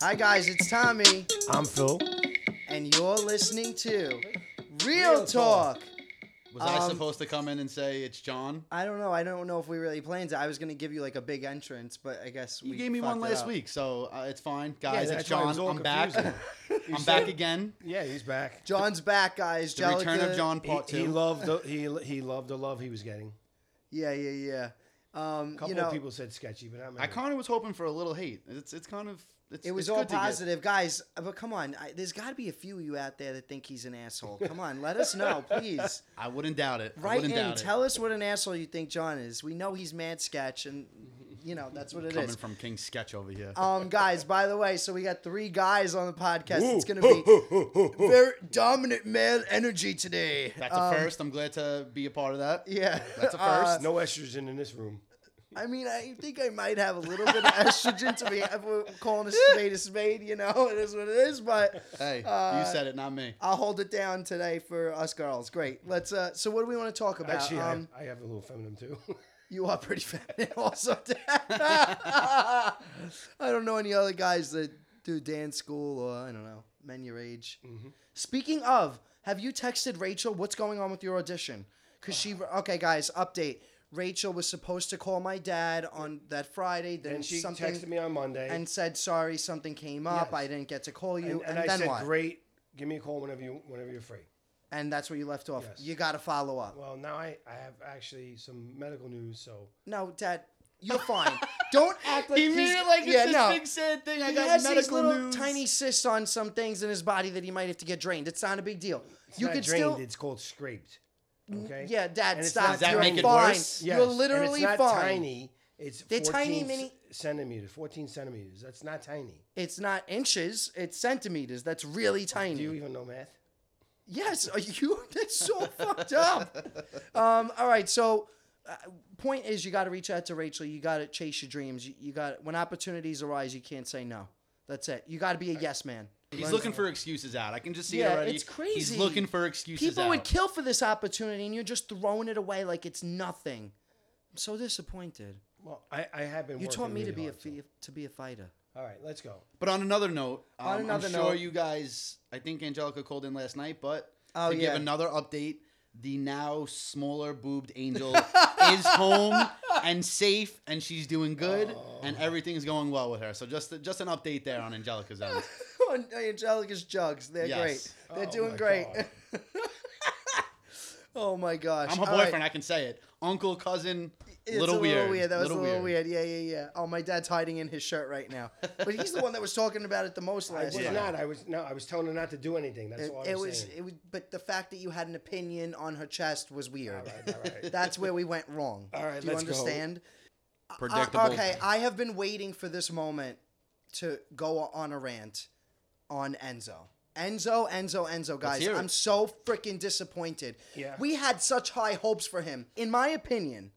Hi, guys, it's Tommy, I'm Phil. and you're listening to Real, Real Talk. Talk. Was I Um, supposed to come in and say it's John? I don't know. I don't know if we really planned it. I was going to give you like a big entrance, but I guess You we gave me one fucked it last up. week, so uh, it's fine, guys. it's that's why it John. was all I'm back. confusing. You I'm said- back again. Yeah, he's back. John's back, guys. The return Jellicoe- of John He, Part he Two. loved the he he loved the love he was getting. Yeah, yeah, yeah. Um, A couple you know, of people said sketchy, but I'm. I kind of was hoping for a little hate. It's it's kind of it's, it was it's all good to get. positive, guys. But come on, I, there's got to be a few of you out there that think he's an asshole. Come on, let us know, please. I wouldn't doubt it. I Write wouldn't in. doubt it. Tell us what an asshole you think John is. We know he's mad sketch, and you know that's what it is. Coming from King Sketch over here. Um, guys, by the way, so we got three guys on the podcast. it's Ooh, gonna be very dominant male energy today. That's a Um, first. I'm glad to be a part of that. Yeah, That's a Uh, first. no estrogen in this room. I mean, I think I might have a little bit of estrogen to be if we're calling a spade a spade. You know, it is what it is. But Hey, uh, you said it, not me. I'll hold it down today for us girls. Great. Let's. Uh, so, what do we want to talk about? Actually, I, um, have, I have a little feminine too. you are pretty feminine, also. Dan. I don't know any other guys that do dance school or I don't know men your age. Mm-hmm. Speaking of, have you texted Rachel? What's going on with your audition? Cause she. Okay, guys, update. Rachel was supposed to call my dad on that Friday. Then and she something texted me on Monday, and said sorry something came up Yes. i didn't get to call and, you and, and I then said, what "Great, give me a call whenever you whenever you're free." and that's where you left off Yes. you gotta follow up Well, now I, I have actually some medical news, so no dad you're fine don't act like he he's, made it like it's yeah, this no. big sad thing. I he got has medical these little news. tiny cysts on some things in his body that he might have to get drained. It's not a big deal. it's you not could drained. still, It's called scraped. Okay. yeah, Dad, And it's stop. not- Does that You're make it fine. Yes, worse? You're and it's literally not fine. Tiny. It's They're 14 tiny, c- mini- centimeters. Fourteen centimeters. That's not tiny. It's not inches; it's centimeters. That's really tiny. Do you even know math? Yes, are you? That's so fucked up. Um, all right, so uh, point is, you got to reach out to Rachel. You got to chase your dreams. You, you got when opportunities arise, you can't say no. That's it. You got to be a yes man. He's looking for excuses out. I can just see Yeah, it already. it's crazy. He's looking for excuses People out. would kill for this opportunity, and you're just throwing it away like it's nothing. I'm so disappointed. Well, I, I have been. You working taught me really to be a hard, so- fi- to be a fighter. All right, let's go. But on another note, um, On another I'm sure note- you guys. I think Angelica called in last night, but Oh, to yeah. give another update, the now smaller boobed Angel is home and safe, and she's doing good, Oh. and everything's going well with her. So just just an update there on Angelica's end. on Angelica's jugs. They're Yes. great. They're Oh doing my great. God. oh my gosh! I'm her All right. boyfriend. I can say it. Uncle, cousin, It's little, a weird, little weird. That was a little weird. Yeah, yeah, yeah. Oh, my dad's hiding in his shirt right now. But he's the one that was talking about it the most I last was night. not. I was no. I was telling her not to do anything. That's It, all I it was, was. saying. It was. But the fact that you had an opinion on her chest was weird. all right, all right. That's where we went wrong. All right, Do you let's go. understand? Uh, Predictable. okay, I have been waiting for this moment to go on a rant on Enzo. Enzo, Enzo, Enzo, guys. hear it. I'm so freaking disappointed. Yeah. We had such high hopes for him. In my opinion,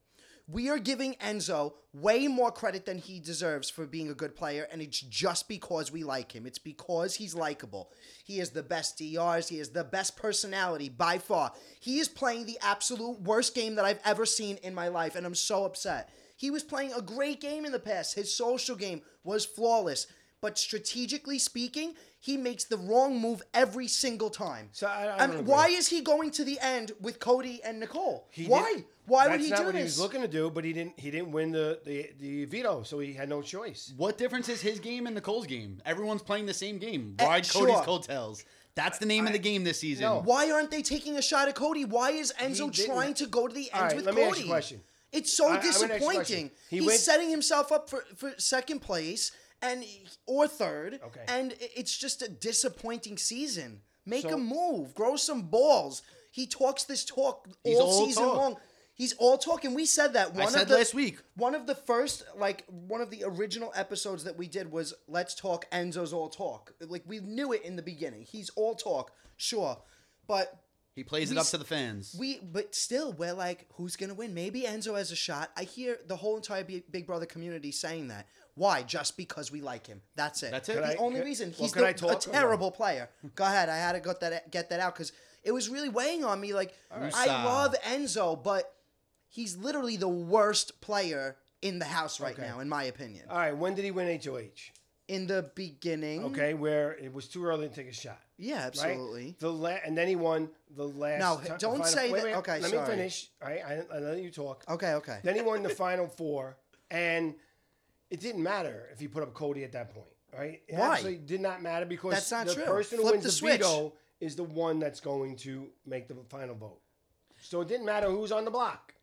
we are giving Enzo way more credit than he deserves for being a good player, and it's just because we like him. It's because he's likable. He is the best DRs, he is the best personality by far. He is playing the absolute worst game that I've ever seen in my life, and I'm so upset. He was playing a great game in the past. His social game was flawless, but strategically speaking, he makes the wrong move every single time. So I- I I don't mean, agree. why is he going to the end with Cody and Nicole? He why? didn't- why would that's he not do what this? He was looking to do, but he didn't. He didn't win the the, the veto, so he had no choice. What difference is his game and Nicole's game? Everyone's playing the same game. Eh, Ride sure. Cody's coattails. That's the name of the game this season. No. Why aren't they taking a shot at Cody? Why is He Enzo didn't. trying to go to the All ends right, with let me Cody? ask you a question. It's so I- I'm gonna ask you a disappointing. question. He He's went- setting himself up for, for second place and or third. Okay. And i- it's just a disappointing season. Make So- a move. Grow some balls. He talks this talk He's all, all season talk. long. He's all talk, and we said that one I of said the, last week. One of the first, like one of the original episodes that we did was "Let's Talk." Enzo's all talk. Like we knew it in the beginning. He's all talk, sure, but He plays it up to the fans. we, but still, we're like, who's gonna win? Maybe Enzo has a shot. I hear the whole entire B- Big Brother community saying that. Why? Just because we like him. That's it. That's it. The Could I- only could- reason well, he's could the- I a talk or no? terrible player. Go ahead. I had to get that get that out because It was really weighing on me. Like right. I Musa. love Enzo, but he's literally the worst player in the house right Okay. Uh, now, in my opinion. All right, when did he win HOH? in the beginning, Okay, where it was too early to take a shot. yeah, right? Mm-hmm. absolutely. The la- and then he won the last. No, ti- the don't final- say wait, that- wait, okay, let sorry. me finish. All right, I, I let you talk. Okay, okay. Then he won the final four, and it didn't matter if he put up Cody at that point, right? It Why? actually did not matter because That's not the true. person who Flip wins the the, switch. veto is the one that's going to make the final vote. So it didn't matter who's on the block.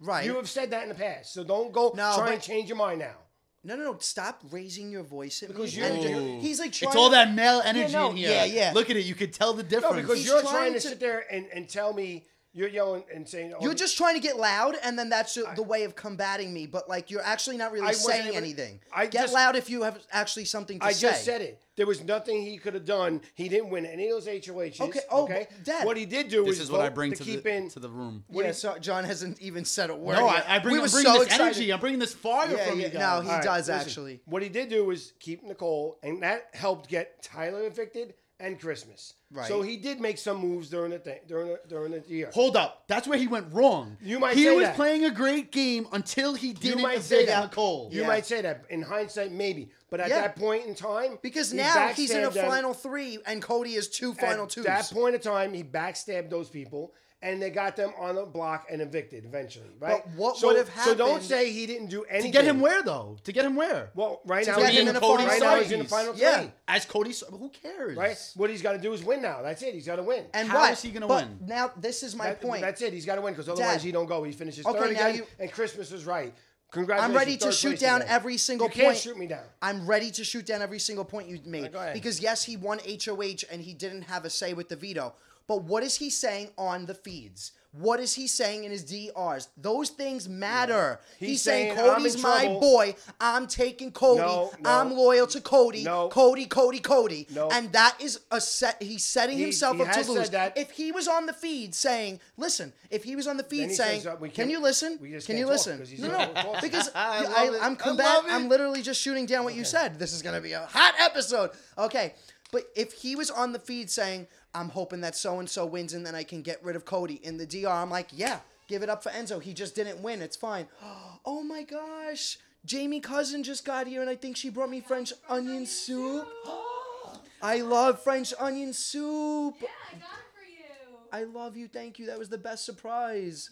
Right. You have said that in the past, so don't go No, try but- and change your mind now. no, no, no. Stop raising your voice at Because me. you're- And Ooh. he's like trying It's all to- that male energy no, in here. yeah, yeah. Look at it. You could tell the difference. No, because He's you're trying trying, to, to- sit there and, and tell me you're yelling and saying oh, You're just trying to get loud, and then that's the way of combating me. But like, you're actually not really I wasn't saying even- anything. I get just- loud if you have actually something to I say. just said it. There was nothing he could have done. He didn't win any of those HOHs. Okay, oh, but Dad- what he did do this is is what I vote bring to, to, keep the, in. to the room. Yeah, so John hasn't even said a word. No, I, yet. I bring, We I'm were bringing so this excited. energy. I'm bringing this fire Yeah, from yeah, you no, guys. he All right, does listen, actually. What he did do was keep Nicole, and that helped get Tyler evicted and Christmas. Right. So he did make some moves during the thing during the, during the year. Hold up. That's where he went wrong. You might He say was that. playing a great game until he you didn't might say evict that Nicole. You Yeah. might say that in hindsight, maybe, but at Yeah. that point in time, Because he now he's in a backstabbed them. final three, and Cody is two final at twos. that point in time, he backstabbed those people, and they got them on the block and evicted eventually. Right. But what so, would have So don't happened- say he didn't do anything. To get him where though? To get him where? Well, right To now, get he's him in in the the final, final right now he's in the thirties. final Yeah. three. As Cody, saw- who cares? Right. What he's got to do is win now. That's it. He's got to win. and How what? is he gonna But win? Now this is my That- point. That's it. He's got to win because otherwise Dad. he don't go. He finishes Okay, third now again, you- and Christmas is right. Congratulations. I'm ready to third shoot place down again. every single You can't point. shoot me down. I'm ready to shoot down every single point you made. right, go ahead. Because yes, he won HOH and he didn't have a say with the veto. But what is he saying on the feeds? What is he saying in his DRs? Those things matter. He's, He's saying, saying, "I'm in Cody's my trouble." boy. I'm taking Cody. No, no. I'm loyal to Cody. No. Cody, Cody, Cody. No. And that is a set. He's setting He- himself he up to has said lose. that. If he was on the feed saying, "Listen," if he was on the feed he saying, says that we "Can can't- you listen? we just Can you can't talk listen?" 'cause he's No, not able to no, talk. because I love I, it. I'm I combat. love it. I'm literally just shooting down what you said. This is gonna be a hot episode. Okay, but if he was on the feed saying, "I'm hoping that so and so wins and then I can get rid of Cody," in the DR, I'm like, "Yeah, give it up for Enzo. He just didn't win. It's fine." Oh my gosh. Jamie Cousin just got here and I think she brought me French onion soup. Oh, I love French onion soup. Yeah, I got it for you. I love you. Thank you. That was the best surprise.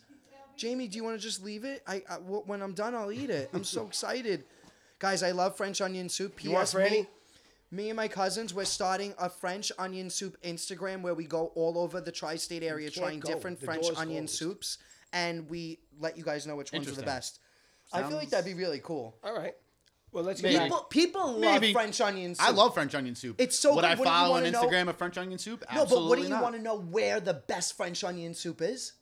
Jamie, do you want to just leave it? I, I w- when I'm done, I'll eat it. I'm so excited, guys. I love French onion soup. You want P.S. Me, Franny? me and my cousins we're starting a French onion soup Instagram where we go all over the tri-state area can't trying go. different The French door's onion closed. soups, and we let you guys know which ones are the Interesting. best. I feel like Sounds- that'd be really cool. All right. Well, let's get back. Maybe. People, people love Maybe. French onion soup. I love French onion soup. It's so Would good. I What do you follow on wanna know? Instagram a French onion soup? No, Absolutely but what do you not. want to know? Where the best French onion soup is?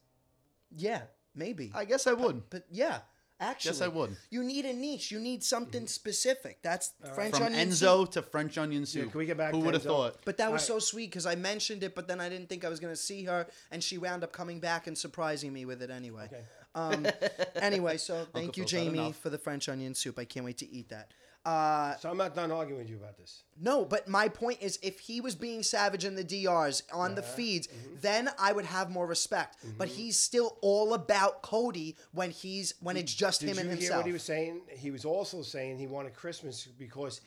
Yeah, maybe. I guess I would. But yeah, actually, I would. You need a niche. You need something specific. That's French From onion Enzo soup. to French onion soup. can we get back Who to would have Enzo? thought? But that was Alright. so sweet because I mentioned it, but then I didn't think I was going to see her, and she wound up coming back and surprising me with it anyway. Um, anyway, so thank you, Phil's had Jamie, enough. for the French onion soup. I can't wait to eat that. Uh, So I'm not done arguing with you about this. no, but my point is if he was being savage in the DRs on the feeds, then I would have more respect. But he's still all about Cody when he's when it's just Did him you and hear himself. what he was saying? He was also saying he wanted Christmas because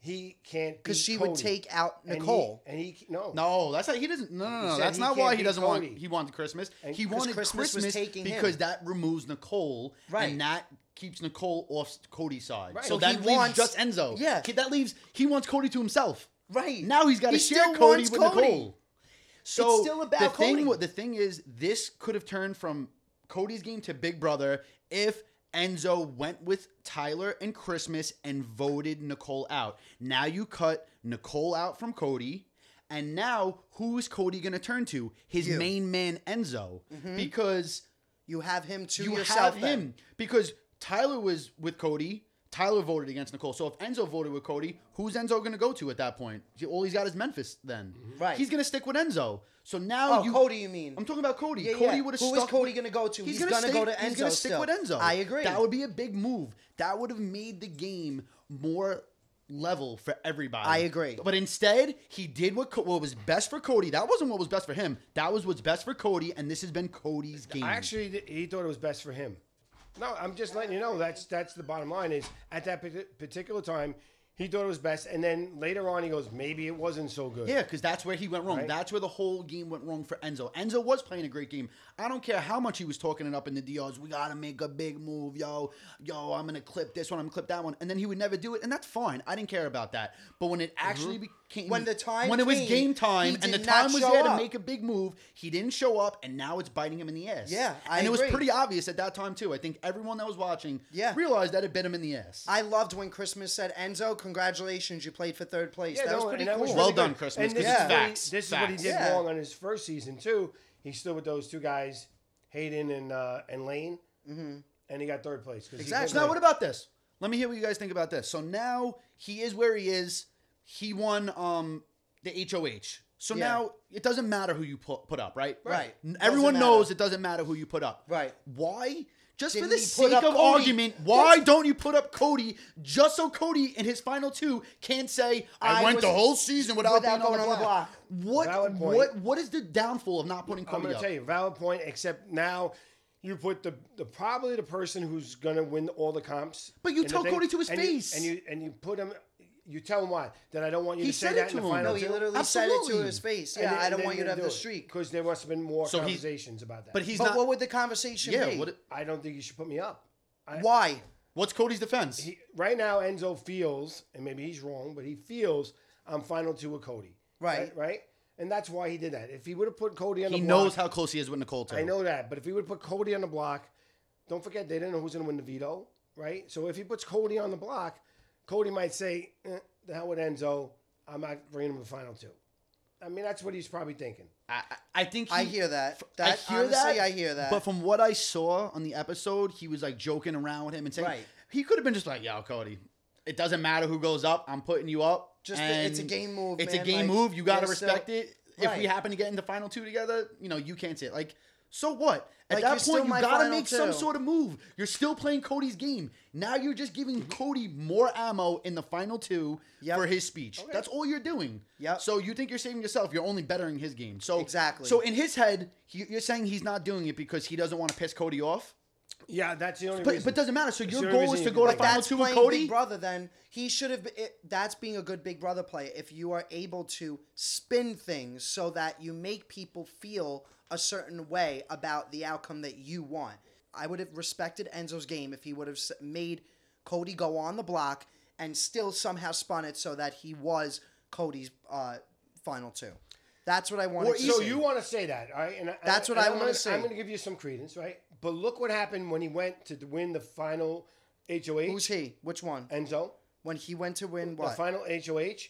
he can't because beat she would Cody. take out And he- Nicole. And he, no No, that's not. He doesn't. No, no, no. said That's he not can't why he beat doesn't Cody. want. He wanted Christmas. he 'cause wanted Christmas was Christmas, taking him. because that removes Nicole, Right. And that keeps Nicole off Cody's side. Right. So Well, he that leaves wants- just Enzo. Yeah. Ki- that leaves. He wants Cody to himself. Right. now, he's got to He share still Cody wants with Cody. Nicole. So still about the Cody. thing. wa- The thing is, this could have turned from Cody's game to Big Brother if. Enzo went with Tyler and Christmas and voted Nicole out. Now you cut Nicole out from Cody, and now who is Cody going to turn to? His You. Mm-hmm. main man Enzo, because You have him to you yourself. have then. him because Tyler was with Cody. Tyler voted against Nicole. So if Enzo voted with Cody, who's Enzo going to go to at that point? All he's got is Memphis. Then Mm-hmm. Right. he's going to stick with Enzo. So now Oh, you, Cody, you mean? I'm talking about Cody. Yeah, Cody yeah. would have. Who is Cody gonna go to? He's gonna go to He's Enzo gonna stick still. with Enzo. I agree. That would be a big move. That would have made the game more level for everybody. I agree. But instead, he did what Co- what was best for Cody. That wasn't what was best for him. That was what's best for Cody, and this has been Cody's game. I actually th- he thought it was best for him. No, I'm just letting you know that's that's the bottom line is at that parti- particular time he thought it was best, and then later on he goes maybe it wasn't so good. Yeah, because that's where he went wrong. Right. That's where the whole game went wrong for Enzo. Enzo was playing a great game. I don't care how much he was talking it up in the DRs. We gotta make a big move, yo, yo. I'm gonna clip this one. I'm gonna clip that one, and then he would never do it, and that's fine. I didn't care about that. But when it actually Mm-hmm. became When the time when it was came, game he time, and the did not time was show there up. to make a big move, he didn't show up, and now it's biting him in the ass. Yeah, I and it was agree. pretty obvious at that time too. I think everyone that was watching Yeah. realized that it bit him in the ass. I loved when Christmas said, "Enzo, congratulations, you played for third place." that was no, pretty and that cool. was Well really done, good. Christmas, And 'cause this, is, it's what he, facts, this is what he facts. did Yeah. wrong on his first season too. He stood with those two guys, Hayden and uh, and Lane, and he got third place. 'cause he Mm-hmm. Exactly. did So now, win. what about this? Let me hear what you guys think about this. So now he is where he is. He won um, the HOH. So Yeah. now it doesn't matter who you put, put up, right? Right. N- Doesn't Everyone matter. knows it doesn't matter who you put up. Right. Why? Just Didn't for the he put sake up of Cody? argument, why That's- don't you put up Cody just so Cody in his final two can say, I, I went was- the whole season without, without being going on the block. What, Valid point. what, what is the downfall of not putting Cody I'm going to up? tell you, valid point. Except now, you put the, the probably the person who's going to win all the comps. But you in the tell thing, Cody to his and You, face. and you and you put him. You tell him why that I don't want you He to say said it that to in the him. final. No, he two. literally said it to Absolutely. his face. Yeah, I don't want you to have the streak. because there must have been more So he- conversations about that. But he's but not. what would the conversation yeah, be? what, I don't think you should put me up. I- Why? what's Cody's defense? he, right now Enzo feels, and maybe he's wrong, but he feels I'm final two with Cody. Right. Right. right? And that's why he did that. If he would have put Cody on he the knows block, how close he is with Nicole. Too. I know that, but if he would put Cody on the block, don't forget they didn't know who's going to win the veto, right? So if he puts Cody on the block, Cody might say, eh, "The hell with Enzo, I'm not bringing him to the final two. I mean, that's what he's probably thinking. I, I I think he, I hear that. I That hear honestly, that, I hear that. But from what I saw on the episode, he was like joking around with him and saying Right. he could have been just like, "Yo, Cody, it doesn't matter who goes up. I'm putting you up. Just that it's a game move, It's a man, game like, move. You gotta there's still- respect it. If we Right. happen to get in the final two together, you know, you can't say it. Like, so what? At Like, you're that still point, you my gotta final make some two. sort of move. You're still playing Cody's game. Now you're just giving Cody more ammo in the final two Yep. for his speech. That's all you're doing. Yep. So you think you're saving yourself? You're only bettering his game. So Exactly. So in his head, he, you're saying he's not doing it because he doesn't want to piss Cody off. Yeah, that's the only. But reason. but doesn't matter. So the your only goal reason is you to can go to play. final that's two with playing Cody. Big Brother. Then he should have. It, that's being a good Big Brother player. If you are able to spin things so that you make people feel a certain way about the outcome that you want, I would have respected Enzo's game if he would have s- made Cody go on the block and still somehow spun it so that he was Cody's uh, final two. That's what I wanted. Or- to so see. you want to say that, all right? And That's what I and I'm wanna gonna- say. I'm going to give you some credence, right? But look what happened when he went to win the final HOH. Who's he? Which one? Enzo, When he went to win the what? final HOH.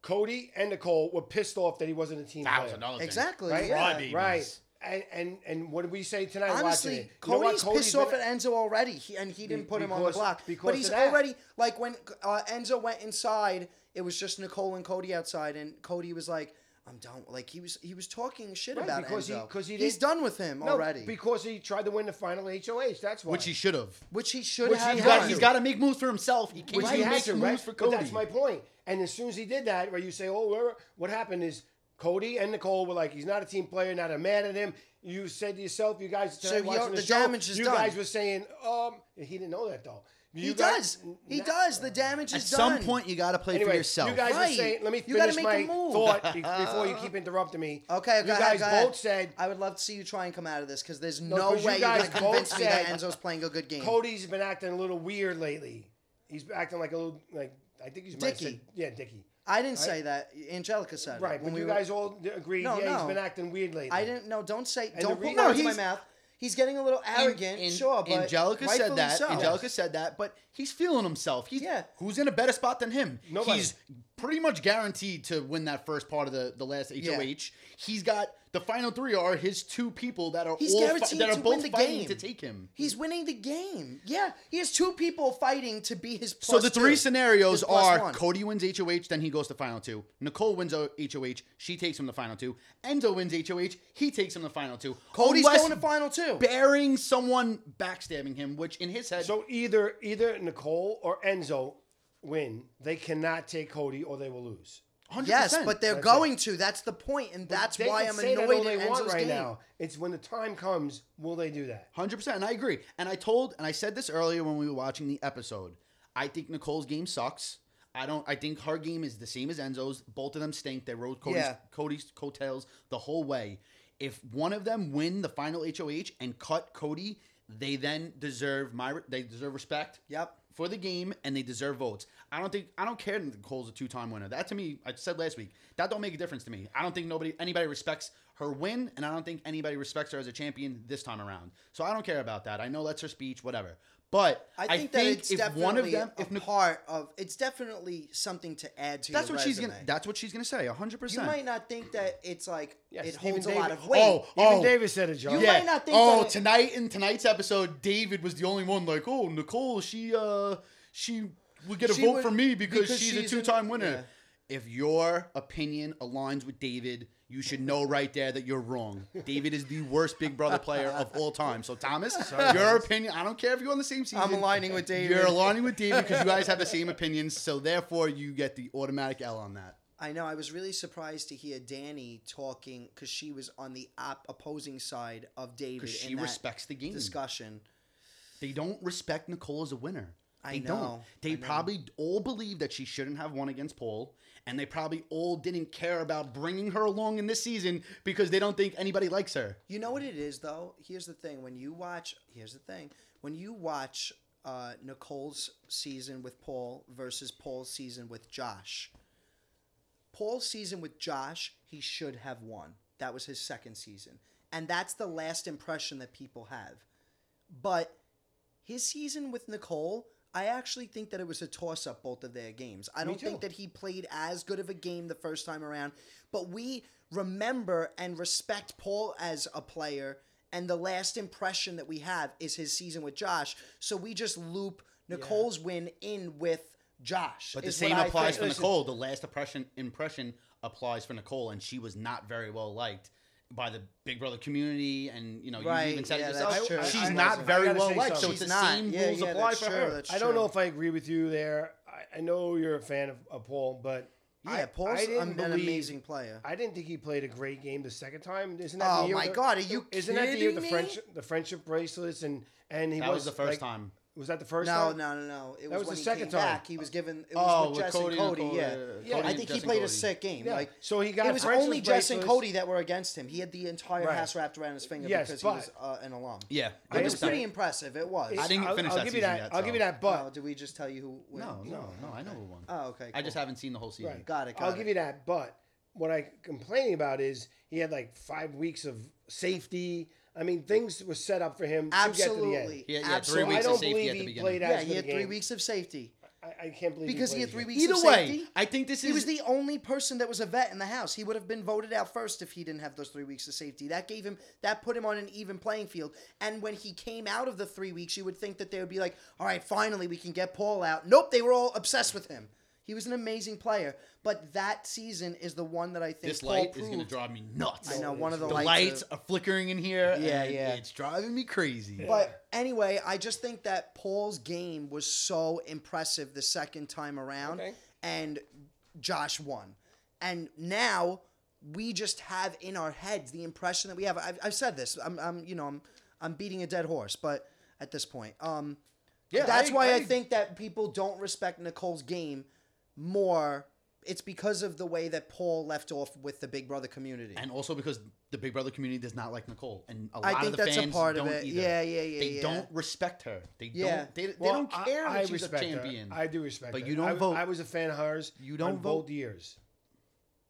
Cody and Nicole were pissed off that he wasn't a team player. dollars. Exactly. Right, yeah. Friday. right. And, and and what did we say tonight? watching Honestly, it? You know what? Cody's pissed been- off at Enzo already, he, and he didn't put him on the because- block. because But of he's that. already like when uh, Enzo went inside, it was just Nicole and Cody outside, and Cody was like, "I'm done." Like he was he was talking shit Right, about because he- Enzo 'cause he he's didn't- done with him No, already, because he tried to win the final HOH. That's why. Which he should have. which he should Which he have. had done. to. He's got to make moves for himself. He can't Which he make had moves to, right? for But Cody. that's my point. And as soon as he did that, where you say, "Oh, where, what happened?" is Cody and Nicole were like, "He's not a team player. Not a man at him." You said to yourself, "You guys tonight So he- watching the, the show, damage is you done. guys were saying, um, he didn't know that though. You he guys- does. He Nah. does. The damage At is some done. point, you got to play Anyway, for yourself. you guys were Right. saying, let me You gotta finish make my a move. thought be- before you keep interrupting me. Okay, you go ahead, guys go ahead. both said I would love to see you try and come out of this because there's No, no, 'cause you way you are guys gonna both convince me that said- Enzo's playing a good game. Cody's been acting a little weird lately. He's been acting like a little like I think he's might have Dicky. said- yeah, Dicky. I didn't say that. Angelica said it Right, when but we you were- guys all agreed. No, yeah, he's no. been acting weird lately. I didn't. No, don't say. the don't put reason- words No, in my he's- mouth. He's getting a little arrogant. And- sure, but Angelica rightfully said that. So. Angelica said that, but he's feeling himself. He's Yeah. who's in a better spot than him. Nobody. He's pretty much guaranteed to win that first part of the, the last HOH. He's got the final three are his two people that are He's all fi- guaranteed that are to both win the fighting game. to take him. He's winning the game. Yeah, he has two people fighting to be his. So Plus the three two. scenarios His plus are one. Cody wins HOH, then he goes to final two. Nicole wins o- HOH, she takes him to final two. Enzo wins HOH, he takes him to final two. Cody's Unless going to final two. Bearing someone backstabbing him, which in his head So either either Nicole or Enzo win, they cannot take Cody or they will lose. 100%. Yes, but they're That's going to. That's the point, and that's They why can I'm say that all annoyed they at want Enzo's right game. now. It's when the time comes, will they do that? 100%. And I agree. And I told, and I said this earlier when we were watching the episode. I think Nicole's game sucks. I don't, I think her game is the same as Enzo's. Both of them stink. They rode Cody's, Yeah. Cody's coattails the whole way. If one of them win the final HOH and cut Cody, they then deserve my, they deserve respect. Yep. For the game, and they deserve votes. I don't think I don't care that Nicole's a two-time winner. That to me, I said last week, that don't make a difference to me. I don't think nobody anybody respects her win, and I don't think anybody respects her as a champion this time around. So I don't care about that. I know that's her speech, whatever. But I think, that it's if definitely one of them, a if Nicole, part of. It's definitely something to add to. that's your what she's gonna, resume. that's what she's gonna say, hundred You percent. might not think that it's like Yeah, it Stephen holds a Davis- lot of weight. Oh, Even oh. Davis said it, John. You might not think oh, that it- tonight in tonight's episode, David was the only one like, oh, Nicole, she uh she would get a She vote would- for me because, because she's, she's a in- two time winner. yeah. If your opinion aligns with David, you should know right there that you're wrong. David is the worst Big Brother player of all time. So Thomas, your opinion, I don't care if you're on the same season. I'm aligning with David. You're aligning with David because you guys have the same opinions. So therefore, you get the automatic L on that. I know. I was really surprised to hear Danny talking because she was on the op- opposing side of David. Because she in that respects the game. discussion. They don't respect Nicole as a winner. They I don't. know, They I know. probably all believe that she shouldn't have won against Paul, and they probably all didn't care about bringing her along in this season because they don't think anybody likes her. You know what it is though. Here's the thing: when you watch, here's the thing: when you watch uh, Nicole's season with Paul versus Paul's season with Josh. Paul's season with Josh, he should have won. That was his second season, and that's the last impression that people have. But his season with Nicole, I actually think that it was a toss up both of their games. I don't think too. that he played as good of a game the first time around, but we remember and respect Paul as a player, and the last impression that we have is his season with Josh. So we just loop Nicole's win in with Josh. But the is what same I applies think. for Listen. Nicole. The last impression impression applies for Nicole, and she was not very well liked by the Big Brother community. And you know, Right, you even said yeah, it yourself. that's true. She's I- I not wasn't. I very gotta well say liked, so something. it's the She's not. same Yeah, rules yeah, apply that's for true, her. that's I don't true. know if I agree with you there. I, I know you're a fan of, of Paul, but I, Yeah, Paul's I an- didn't an believe- amazing player. I didn't think he played a great game the second time. Isn't that Oh the year my the- God, are you Isn't that the year kidding the me? French the friendship bracelets and and he That was, the like- first time. Was that the first No, time? no, no, no. It That was, was when the he second came time. back. He was given. It was Oh, with with Jess and Cody and Cody. Nicole, yeah. yeah, yeah, yeah. yeah. Cody I and think Jess he and played a Cody. sick game. Yeah, Like so he got it was friendship only Jess and bracelets. Cody that were against him. He had the entire Right. house wrapped around his finger Yes, because but- he was uh, an alum. Yeah, It was 100%. pretty impressive. It was. I didn't I'll, finish I'll that give you season that. yet, I'll so- give you that. But Oh, did we just tell you who? win? No, no, no. I know who won. Oh, okay. I just cool. haven't seen the whole season. Right. Got it. Got I'll it. give you that. But what I complaining about is he had like five weeks of safety. I mean, things were set up for him to get to the Absolutely. end. He had- he had three Absolutely. weeks I of don't safety believe at the he beginning. played Yeah, as he good had a three game. weeks of safety I, I can't believe because he played had as three good. weeks of Either safety. way, I think this He is was the only person that was a vet in the house. He would have been voted out first if he didn't have those three weeks of safety. That gave him that put him on an even playing field. And when he came out of the three weeks, you would think that they would be like, "All right, finally we can get Paul out." Nope, they were all obsessed with him. He was an amazing player, but that season is the one that I think this Paul light is going to proved- drive me nuts. I know one of the, The lights, lights. are flickering in here. Yeah, and yeah. It's driving me crazy. But anyway, I just think that Paul's game was so impressive the second time around, Okay. and Josh won. And now we just have in our heads the impression that we have. I've, I've said this. I'm, I'm, you know, I'm, I'm beating a dead horse, but at this point, um, Yeah, that's I- why I, I- think that people don't respect Nicole's game more. It's because of the way that Paul left off with the Big Brother community. and also because the Big Brother community does not like Nicole, and a I lot think of the that's a fans part of don't it. either. Yeah, yeah, yeah, They yeah. don't respect her. They Yeah. don't. They, they Well, don't care I, that I she's a respect her. champion. I do respect But her. you don't I, vote. I was a fan of hers. You don't on vote. both years.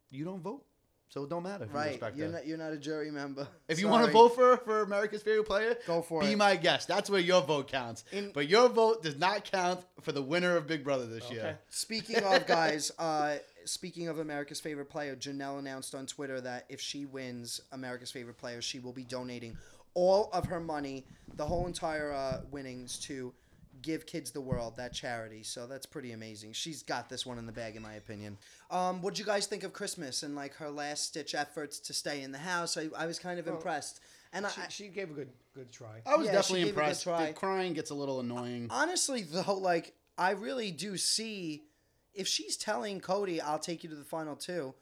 You don't vote, so it don't matter if you right? respect You're her. not, you're not a jury member. if you want Sorry. to vote for for America's favorite player, Go for be it. my guest. That's where your vote counts. In- but your vote does not count for the winner of Big Brother this year. Speaking of guys, uh, speaking of America's favorite player, Janelle announced on Twitter that if she wins America's favorite player, she will be donating all of her money, the whole entire uh, winnings to Give Kids the World, that charity. So that's pretty amazing. She's got this one in the bag, in my opinion. Um, what would you guys think of Christmas and like her last stitch efforts to stay in the house? I, I was kind of impressed, and I, She, she gave a good good try. I was Yeah, she definitely gave it a good impressed. try. The crying gets a little annoying. honestly though like I really do see if she's telling Cody, I'll take you to the final two,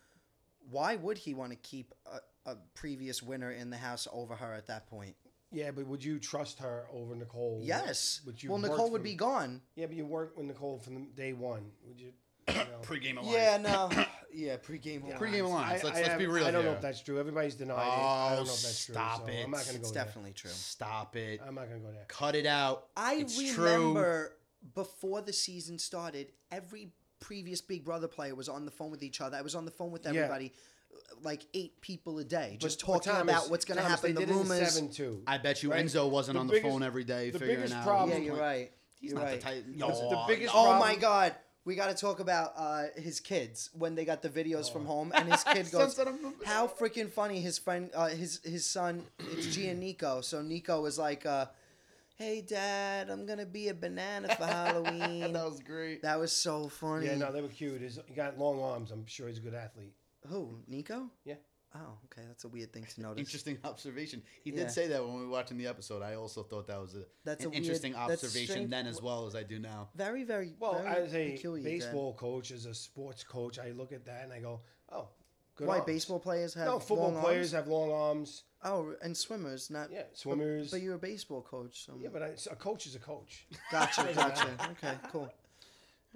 why would he want to keep a, a previous winner in the house over her at that point? Yeah, but would you trust her over Nicole? Yes. Would you well, work Nicole for- would be gone. Yeah, but you worked with Nicole from the day one. Would you? you know? Pre-game alliance. Yeah, no. yeah, pregame. Pre-game alliance. Let's, let's have- be real I don't here. know if that's true. Everybody's denying it. Oh, I don't know if that's stop true. So it. I'm not going to It's go definitely true. Stop it. there. I'm not going to go there. Cut it out. I It's true. remember before the season started, every previous Big Brother player was on the phone with each other. I was on the phone with everybody, like eight people a day, just But- but talking Thomas- about what's going to Thomas, happen, they the did it in rumors. Seven two. I bet you Right. Enzo wasn't The on the biggest- phone every day the figuring biggest out. Yeah, problem- you're right. He's you're not right. the type. That's the Aw, biggest no. Oh problem. my God. We got to talk about uh, his kids when they got the videos Oh. from home, and his kid goes, Son of a- "How freaking funny!" His friend, uh, his his son, it's Gian Nico. So Nico was like, uh, "Hey, Dad, I'm gonna be a banana for Halloween." that was great. That was so funny. Yeah, no, they were cute. He's, he got long arms. I'm sure he's a good athlete. Who? Nico? Yeah. Oh, okay. That's a weird thing to notice. Interesting observation. He Yeah. did say that when we were watching the episode. I also thought that was a, That's an a weird- interesting that's observation strange. then as well as I do now. Very, very. Well, very as a peculiar, Dan. baseball coach, as a sports coach, I look at that and I go, oh, good. Why arms. baseball players have No, football long players Arms? have long arms. Oh, and swimmers, not. Yeah, swimmers. But you're a baseball coach, so. yeah, but I, a coach is a coach. Gotcha, gotcha. okay, cool.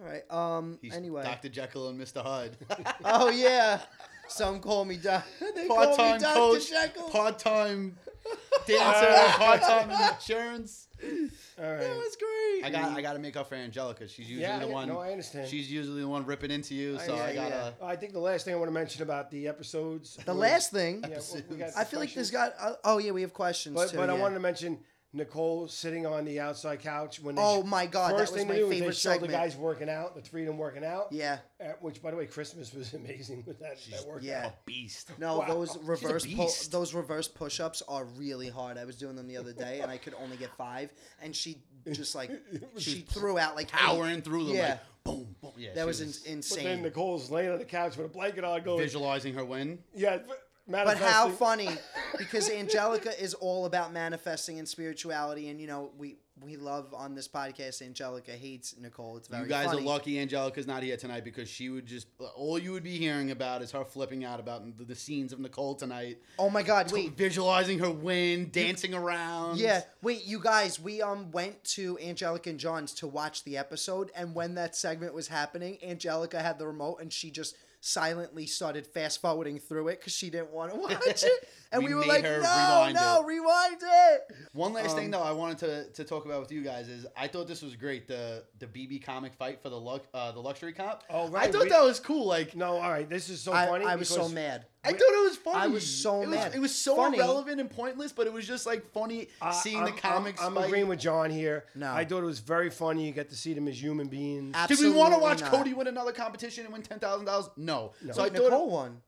All right. Um. He's anyway. Dr. Jekyll and Mr. Hyde. Oh yeah. Some call me doc. They call me part-time Dr. coach, Jekyll. part-time dancer, part-time insurance. All right. That was Oh, great. I got I got to make up for Angelica. She's usually yeah, the yeah, one. no, I understand. She's usually the one ripping into you, so yeah, I gotta. yeah. I think the last thing I want to mention about the episodes. the was- last thing. Yeah, we- we got I feel like this got. questions. Uh, oh yeah, we have questions But, too. but I yeah. wanted to mention Nicole sitting on the outside couch when. They Oh my God, that First was thing my they do is they favorite show segment. the guys working out, the three of them working out. Yeah. Uh, which, by the way, Christmas was amazing with that, that workout. Yeah. A beast. No, Wow. those She's a reverse pull, Oh, beast. those reverse push-ups are really hard. I was doing them the other day, and I could only get five, and she just like she threw out like eight. Powering through them, Yeah. like boom, boom. Yeah, she That was, in- But then insane. But, Nicole's laying on the couch with a blanket on, going, visualizing her win. "Yeah, manifesting." how funny, because Angelica is all about manifesting and spirituality, and you know we we love on this podcast. Angelica hates Nicole. It's very you guys funny. are lucky Angelica's not here tonight because she would just all you would be hearing about is her flipping out about the, the scenes of Nicole tonight, Oh my God! Wait, visualizing her win, dancing around. Yeah, wait, you guys, we um went to Angelica and John's to watch the episode, and when that segment was happening, Angelica had the remote and she just silently started fast forwarding through it because she didn't want to watch it. And we, We were made like, no, her rewind no, it." rewind it. One last Um, thing though, I wanted to, to talk about with you guys is I thought this was great the the BB comic fight for the luck uh, the luxury cop. Oh, I right, thought we- that was cool. Like No, all right, this is so I, funny. I was so because- mad. I thought it was funny. I was so it mad. Was, it was so Funny. irrelevant and pointless, but it was just like funny I- seeing I'm- the comics. I'm, I'm fight. agreeing with John here. No. I thought it was very funny. You get to see them as human beings. Did we want to Absolutely watch not. Cody win another competition and win ten thousand dollars? No. So I But thought Nicole won.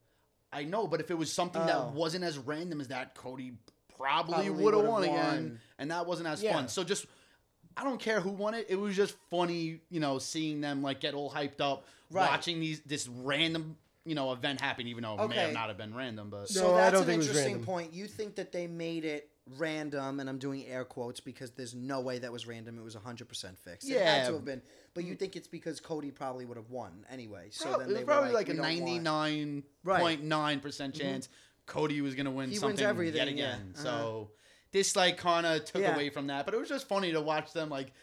I know, but if it was something Oh. that wasn't as random as that, Cody probably, Probably would have would've won, again, won. and that wasn't as Yeah. fun. So just, I don't care who won it. It was just funny, you know, seeing them like get all hyped up, Right. watching these this random you know event happen, even though it may have Okay. not have been random, but So No, I that's don't an think it was interesting random. point. You think that they made it random, and I'm doing air quotes because there's no way that was random. It was 100% fixed. It had Yeah. to have been. But Mm. you think it's because Cody probably would have won anyway. So Prob- then it they was were probably like, "We a don't ninety want-" Mm-hmm. nine point nine percent chance Cody was gonna win He wins something yet everything, yeah. again. Uh-huh. So this like kind of took Yeah. away from that, but it was just funny to watch them like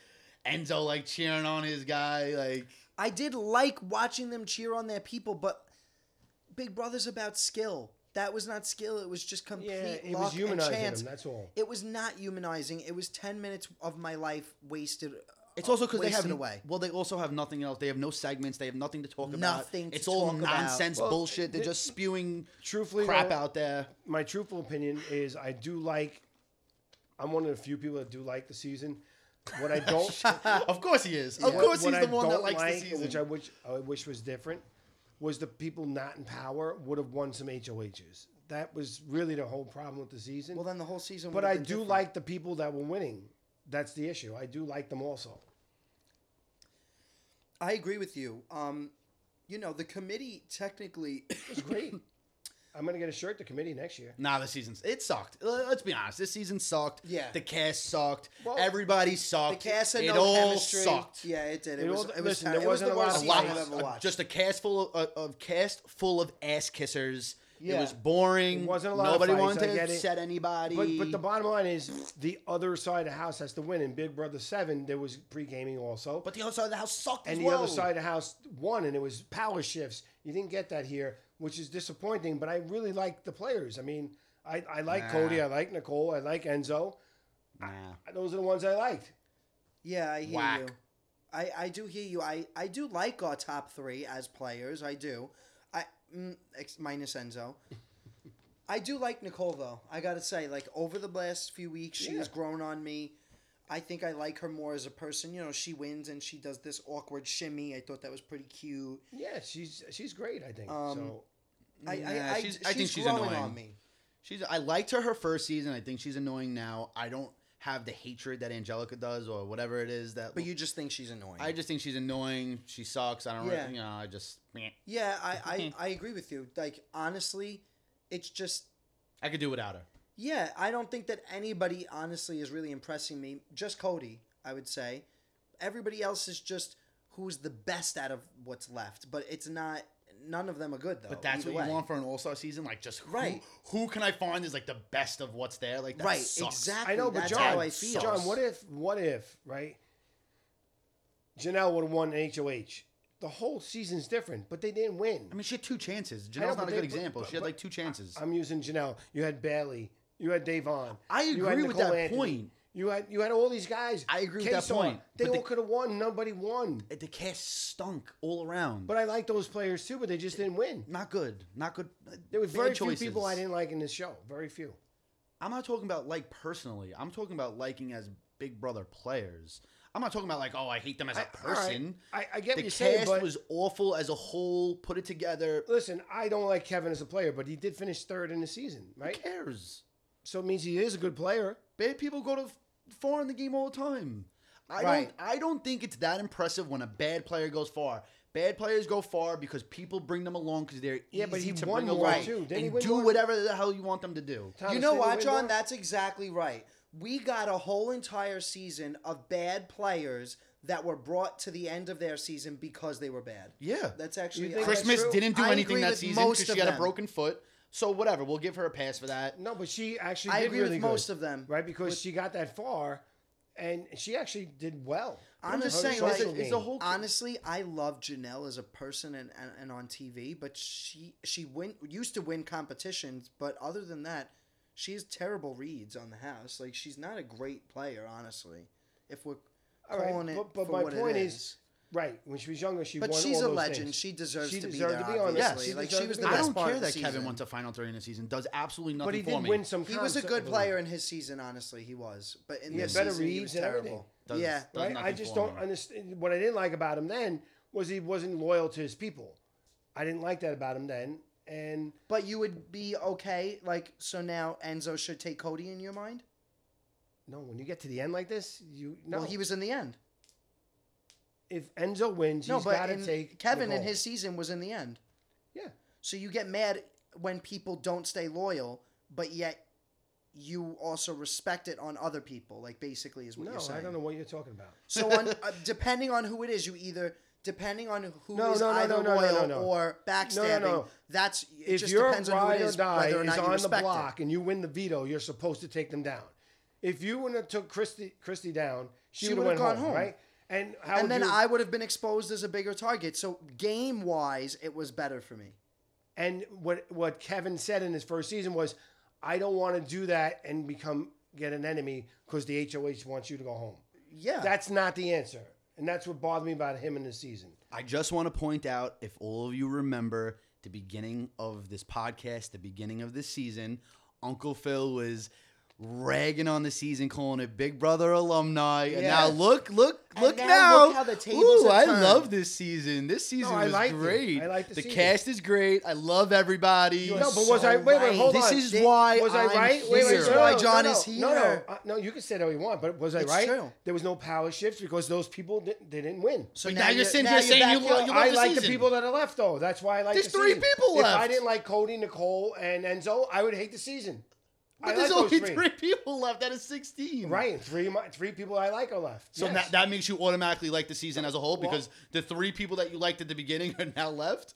Enzo like cheering on his guy like. I did like watching them cheer on their people, but Big Brother's about skill. That was not skill. It was just complete yeah, it luck was humanizing and chance. them. That's all. It was not humanizing. It was 10 minutes of my life wasted. It's also because they have wasted away. Well, they also have nothing else. They have no segments. They have nothing to talk about. Nothing to It's all talk about. nonsense Well, bullshit. They're th- just spewing Truthfully, crap though, out there. my truthful opinion is I do like. I'm one of the few people that do like the season. What I don't, of course he is. Of what- course what he's I the one that don't likes like, the season. which I wish I wish was different, was the people not in power would have won some HOHs. That was really the whole problem with the season. Well, then the whole season but would've I do been different. like the people that were winning. That's the issue. I do like them also. I agree with you. Um, you know, the committee technically It was great. I'm gonna get a shirt to committee next year. Nah, the season's it sucked. L- Let's be honest, this season sucked. Yeah. the cast sucked. Well, Everybody The sucked. cast had it no all chemistry. sucked. Yeah, it did. It, It was. all- It was. listen, ter- there it was wasn't the a lot worst of season lot I've of, ever watched. just a cast full of, of cast full of ass kissers. It Yeah. was boring. It wasn't a lot of Nobody fights, I wanted get to it. upset anybody. But but the bottom line is the other side of the house has to win. In Big Brother Seven, there was pre gaming also. But the other side of the house sucked and as the well. other side of the house won, and it was power shifts. You didn't get that here, which is disappointing. But I really like the players. I mean, I, I like Nah. Cody, I like Nicole, I like Enzo. Nah. Those are the ones I liked. Yeah, I hear Whack. you. I, I do hear you. I, I do like our top three as players. I do. I mm, ex- minus Enzo. I do like Nicole though. I gotta say, like over the last few weeks, she has Yeah. grown on me. I think I like her more as a person. You know, she wins and she does this awkward shimmy. I thought that was pretty cute. Yeah, she's she's great. I think. Um, so I, Nah, I, I, she's- she's, I think she's growing annoying. on me. She's I liked her her first season. I think she's annoying now. I don't have the hatred that Angelica does or whatever it is that But you just think she's annoying. I just think she's annoying. She sucks. I don't really, Yeah. you know, I just meh. yeah, I, Hmm. I, I agree with you. Like honestly, it's just I could do without her. Yeah, I don't think that anybody honestly is really impressing me. Just Cody, I would say. Everybody else is just who's the best out of what's left, but it's not. None of them are good though. But that's Oh, either what you way. want for an all-star season, like just who, Right. who can I find is like the best of what's there? Like that right? sucks. Exactly. I know, but that's John, how I feel. John, what if what if right? Janelle would have won an HOH. The whole season's different, but they didn't win. I mean, she had two chances. I know, Janelle's but not a they- good but- example. but- she had but- like two chances. I'm using Janelle. You had Bailey. You had Davon. I You had agree with Nicole that Anthony. point. You had you had all these guys. I agree with that Kesar. point, They but all the- could have won. Nobody won. the cast stunk all around. But I like those players too. But they just didn't win. not good. Not good. There were Bad very choices. few people I didn't like in this show. Very few. I'm not talking about like personally. I'm talking about liking as Big Brother players. I'm not talking about like, oh, I hate them as a all right. person. I, I get The what you're cast saying, but was awful as a whole. Put it together. listen, I don't like Kevin as a player, but he did finish third in the season, right? Who cares? So it means he is a good player. Bad people go to f- far in the game all the time. I Right. don't. I don't think it's that impressive when a bad player goes far. Bad players go far because people bring them along because they're Yeah, easy but he to won bring more, along too. Didn't he and win do more? whatever the hell you want them to do. Thomas, You know didn't he what, win John? more? That's exactly right. We got a whole entire season of bad players that were brought to the end of their season because they were bad. Yeah, That's actually uh, You think that's Christmas true. didn't do I anything agree that with season most because she of had a them. broken foot. So whatever, we'll give her a pass for that. No, but she actually I did agree really with good, most of them. right? Because she got that far, and she actually did well. I'm just Her saying, like, social it's a- it's a game. whole- honestly, I love Janelle as a person and, and, and on TV, but she she win used to win competitions, but other than that, she has terrible reads on the house. Like she's not a great player, honestly. If we're All right, calling it but- but for my what point it is, is. Right, when she was younger, she but won she's all a those legend. things. She deserves She to be deserved there. to be on this. obviously. She like deserved she was to the be on I best don't part care of the that Kevin season. went to final three in the season. Does absolutely nothing But he for did me. win some. He was a comps, good I player in his season, honestly. He was, but in He had this better season, he was reads and everything. terrible. Does- yeah, does believe, Right? I nothing just for don't me. understand. What I didn't like about him then was he wasn't loyal to his people. I didn't like that about him then, and but you would be okay. Like so now, Enzo should take Cody in your mind. No, when you get to the end like this, you no. Well, he was in the end. if Enzo wins, No, he's got but to in- take Kevin in Nicole. his season was in the end. yeah. So you get mad when people don't stay loyal, but yet you also respect it on other people. Like basically, is what No, you're saying. I don't know what you're talking about. So on, uh, depending on who it is, you either depending on who is No, no, no, either no, no, no, loyal no, no. or backstabbing. no. That's it If just your depends on who ride it or is, die whether or is not you on the respect it. block and you win the veto, you're supposed to take them down. If you wouldn't have took Christy Christy down, she, She would have would've went gone home, home. right? And how And would then you, I would have been exposed as a bigger target. So game wise, it was better for me. and what what Kevin said in his first season was, I don't want to do that and become get an enemy because the HOH wants you to go home. Yeah, That's not the answer, and that's what bothered me about him in this season. I just want to point out, if all of you remember the beginning of this podcast, the beginning of this season, Uncle Phil was ragging on the season, calling it Big Brother alumni. And Yes. now look, look, And look now now. look how the tables Ooh, have I turned. love this season. This season I was liked it. great. I liked the the season. cast is great. I love everybody. No, but so was I? Wait, wait, hold right. this on. is why was I I'm right? Here. Wait, wait, This is no, why no, John no, is no, No, here. no, uh, no, you can say that all you want, but was I It's right? true. There was no power shifts because those people didn't, they didn't win. So But now you're sitting now here you're saying back you here. love- you love I the like the season. people that are left though. That's why I like. There's the three season. people If I left. didn't like Cody, Nicole, and Enzo, I would hate the season. But I there's like only those three. people left out of 16. Right, and three of my, three people I like are left. So yes. that, that makes you automatically like the season as a whole Well- because the three people that you liked at the beginning are now left.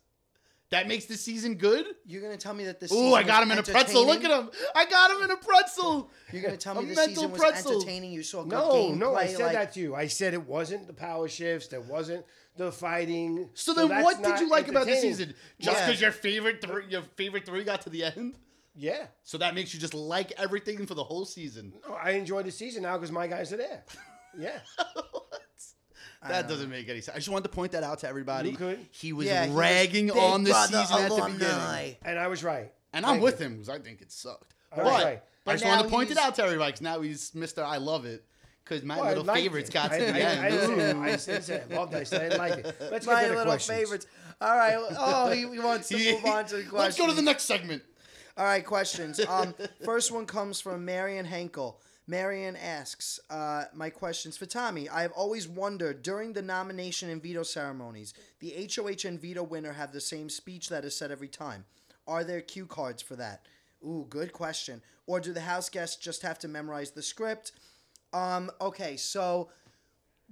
That makes the season good. You're gonna tell me that this. Ooh, season I got was him in a pretzel. Look at entertaining? him. I got him in a pretzel. You're gonna tell A me this mental season was pretzel. entertaining. You saw good no, gameplay. no, I said like, that to you. I said it wasn't the power shifts. There wasn't the fighting. So then, that's what did not you like about the entertaining. season? Just Yeah. because your favorite three, your favorite three got to the end, Yeah. so that makes you just like everything for the whole season. Oh, I enjoy the season now because my guys are there. Yeah. That doesn't make any sense. I just wanted to point that out to everybody. You could. He was Yeah, he was ragging Big on the Brother season at the alumni. beginning, and I was right. and I'm Thank with him because I think it sucked. I But, was right. I But just wanted to now point it he's- out to everybody because now he's Mister I Love It because my Well, I little liked favorites it. got to I, the I, I, end. didn't Ooh. say I, didn't say I loved it. I said I liked it. Let's My get to the little questions. favorites. All right. Oh, he, he wants to move on to the questions. Let's go to the next segment. All right, questions. Um, first one comes from Marion Henkel. Marion asks, uh, my questions for Tommy. I have always wondered during the nomination and veto ceremonies, the HOH and veto winner have the same speech that is said every time. Are there cue cards for that? Ooh, good question. Or do the house guests just have to memorize the script? Um, okay, so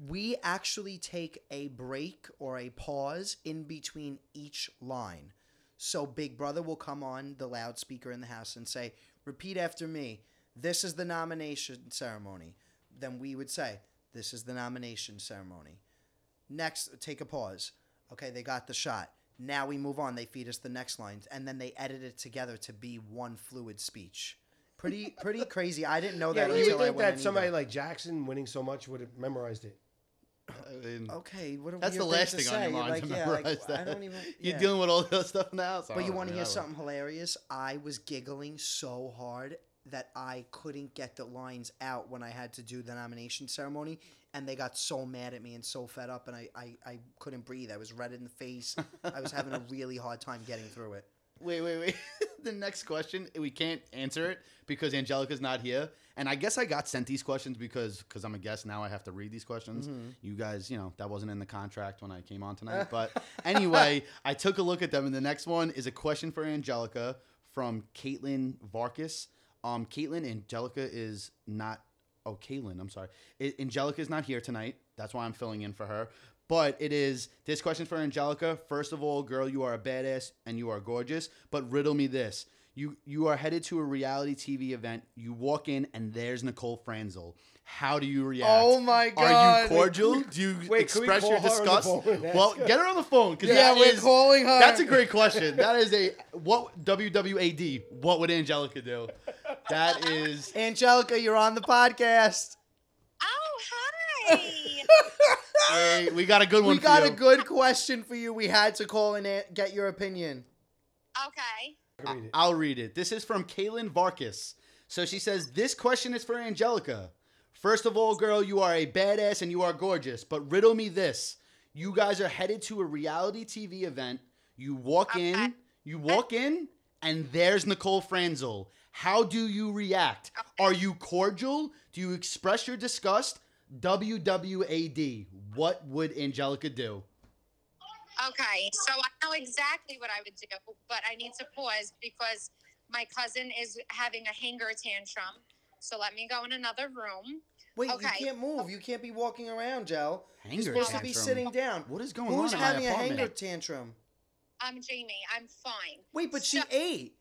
we actually take a break or a pause in between each line. So Big Brother will come on the loudspeaker in the house and say, Repeat after me. This is the nomination ceremony. Then we would say, This is the nomination ceremony. Next, take a pause. Okay, they got the shot. Now we move on. They feed us the next lines, and then they edit it together to be one fluid speech. Pretty, pretty crazy. I didn't know that Yeah, do until you I went think in that either. somebody like Jackson winning so much would have memorized it? I mean, Okay, what a That's weird the last Oh, thing, thing to on say. your mind like, to yeah, memorize like, that. I don't even. You're yeah. dealing with all the other stuff in the house. I But you don't want to know. hear something hilarious? I was giggling so hard that I couldn't get the lines out when I had to do the nomination ceremony, and they got so mad at me and so fed up, and I, I, I couldn't breathe. I was red in the face. I was having a really hard time getting through it. Wait, wait, wait. the next question, we can't answer it because Angelica's not here. And I guess I got sent these questions because because I'm a guest now. I have to read these questions. You guys, you know, that wasn't in the contract when I came on tonight. But anyway, I took a look at them, and the next one is a question for Angelica from Caitlin Varkas. Um, Caitlin, Angelica is not. Oh, Caitlin, I'm sorry. I- Angelica is not here tonight. That's why I'm filling in for her. But it is this question's for Angelica. First of all, girl, you are a badass and you are gorgeous. But riddle me this: you you are headed to a reality TV event. You walk in and there's Nicole Franzel. How do you react? Oh my Are you God. cordial? Do you wait, can we express call your her on the disgust? phone and ask Well, her? get her on the phone because Yeah, we're calling her. That's a great question. That is a what WWAD. What would Angelica do? That is Angelica, you're on the podcast. Oh, hi. a, we got a good one. We got for a you. good question for you. We had to call and a- get your opinion. okay. I can read it. I'll read it. This is from Kaylin Varkas. So she says, This question is for Angelica. First of all, girl, you are a badass and you are gorgeous, but riddle me this. You guys are headed to a reality TV event. You walk in, Okay. you walk in, and there's Nicole Franzel. How do you react? Are you cordial? Do you express your disgust? WWAD. What would Angelica do? Okay. So I know exactly what I would do, but I need to pause because my cousin is having a hanger tantrum. So let me go in another room. Wait, Okay. you can't move. You can't be walking around, Joe. Hanger You're supposed to be tantrum. sitting down. What is going Who's on? in my having a apartment? hanger tantrum? I'm Um, Jamie. I'm fine. Wait, but she So- ate.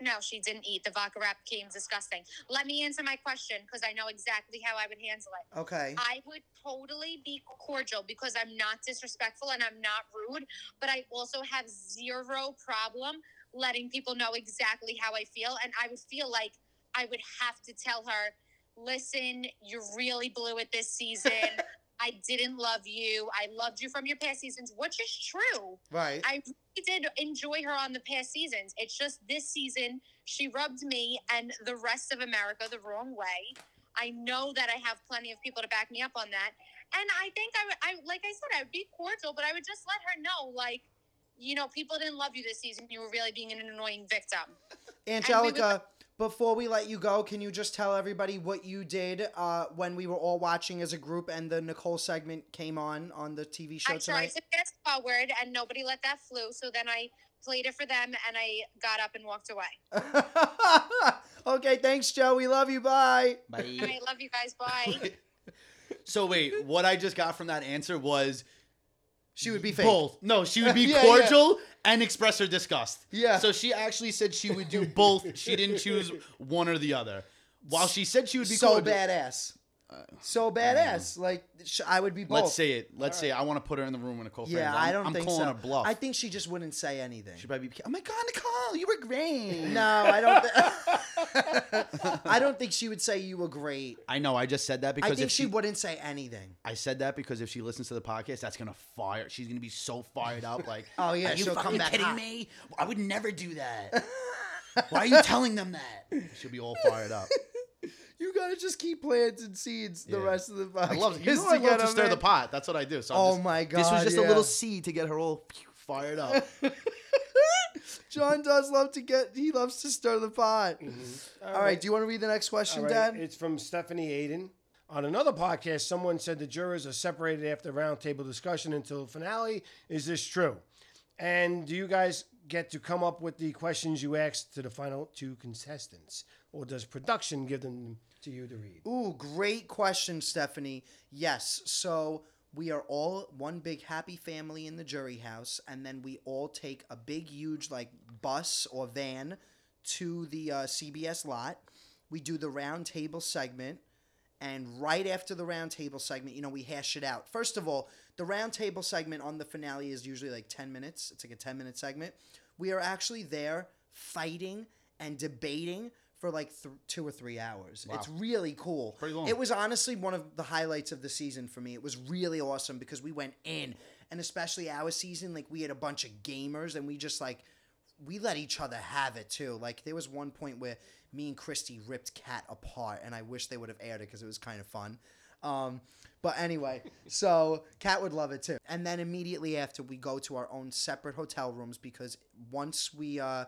No, she didn't eat. The vodka wrap came disgusting. Let me answer my question because I know exactly how I would handle it. Okay. I would totally be cordial because I'm not disrespectful and I'm not rude, but I also have zero problem letting people know exactly how I feel. And I would feel like I would have to tell her, listen, you really blew it this season. I didn't love you. I loved you from your past seasons, which is true. Right. I really did enjoy her on the past seasons. It's just this season she rubbed me and the rest of America the wrong way. I know that I have plenty of people to back me up on that, and I think I would. I like I said, I would be cordial, but I would just let her know, like, you know, people didn't love you this season. You were really being an annoying victim. Angelica, before we let you go, can you just tell everybody what you did uh, when we were all watching as a group and the Nicole segment came on on the TV show I tried tonight? to fast forward, and nobody let that flew. So then I played it for them, and I got up and walked away. okay, thanks, Joe. We love you. Bye. All right, love you guys. Bye. so wait, what I just got from that answer was She would be fake. both. No, she would be Yeah, yeah. cordial and express her disgust. Yeah. So she actually said she would do both. she didn't choose one or the other. While she said she would be Uh, so cordial, badass. So badass. Like sh- I would be both. Let's say it. Let's say it. I want to put her in the room with Nicole. Yeah, Franz. I I'm- don't I'm think calling so. her bluff. I think she just wouldn't say anything. she'd probably be. Oh my God, Nicole, you were great. No, I don't. Th- I don't think she would say you were great. I know. I just said that because I think if she wouldn't say anything. I said that because if she listens to the podcast, that's gonna fire. She's gonna be so fired up. Like, Oh, yeah, are you she'll come fucking back kidding hot." me? I would never do that. Why are you telling them that? She'll be all fired up. You gotta just keep plants and seeds the Yeah. rest of the podcast. I love you. Know I love to stir the pot. That's what I do. So I'm Oh just- my This was God, just a yeah. little seed to get her all fired up. John does love to get. He loves to stir the pot. Mm-hmm. All right. Do you want to read the next All question, right, Dad? It's from Stephanie Aiden. On another podcast, someone said the jurors are separated after roundtable discussion until the finale. Is this true? And do you guys get to come up with the questions you asked to the final two contestants, or does production give them to you to read? Ooh, great question, Stephanie. Yes. So we are all one big happy family in the jury house, and then we all take a big, huge, like, bus or van to the uh, CBS lot. We do the round table segment. And right after the round table segment, you know, we hash it out. First of all, the round table segment on the finale is usually like 10 minutes. It's like a 10 minute segment. We are actually there fighting and debating for like th- two or three hours. It's really cool. Pretty long. It was honestly one of the highlights of the season for me. It was really awesome because we went in, and especially our season, like we had a bunch of gamers and we just like we let each other have it too. Like there was one point where me and Christy ripped Cat apart, and I wish they would have aired it because it was kind of fun. Um, but anyway, so Cat would love it too. And then immediately after, we go to our own separate hotel rooms because once we uh,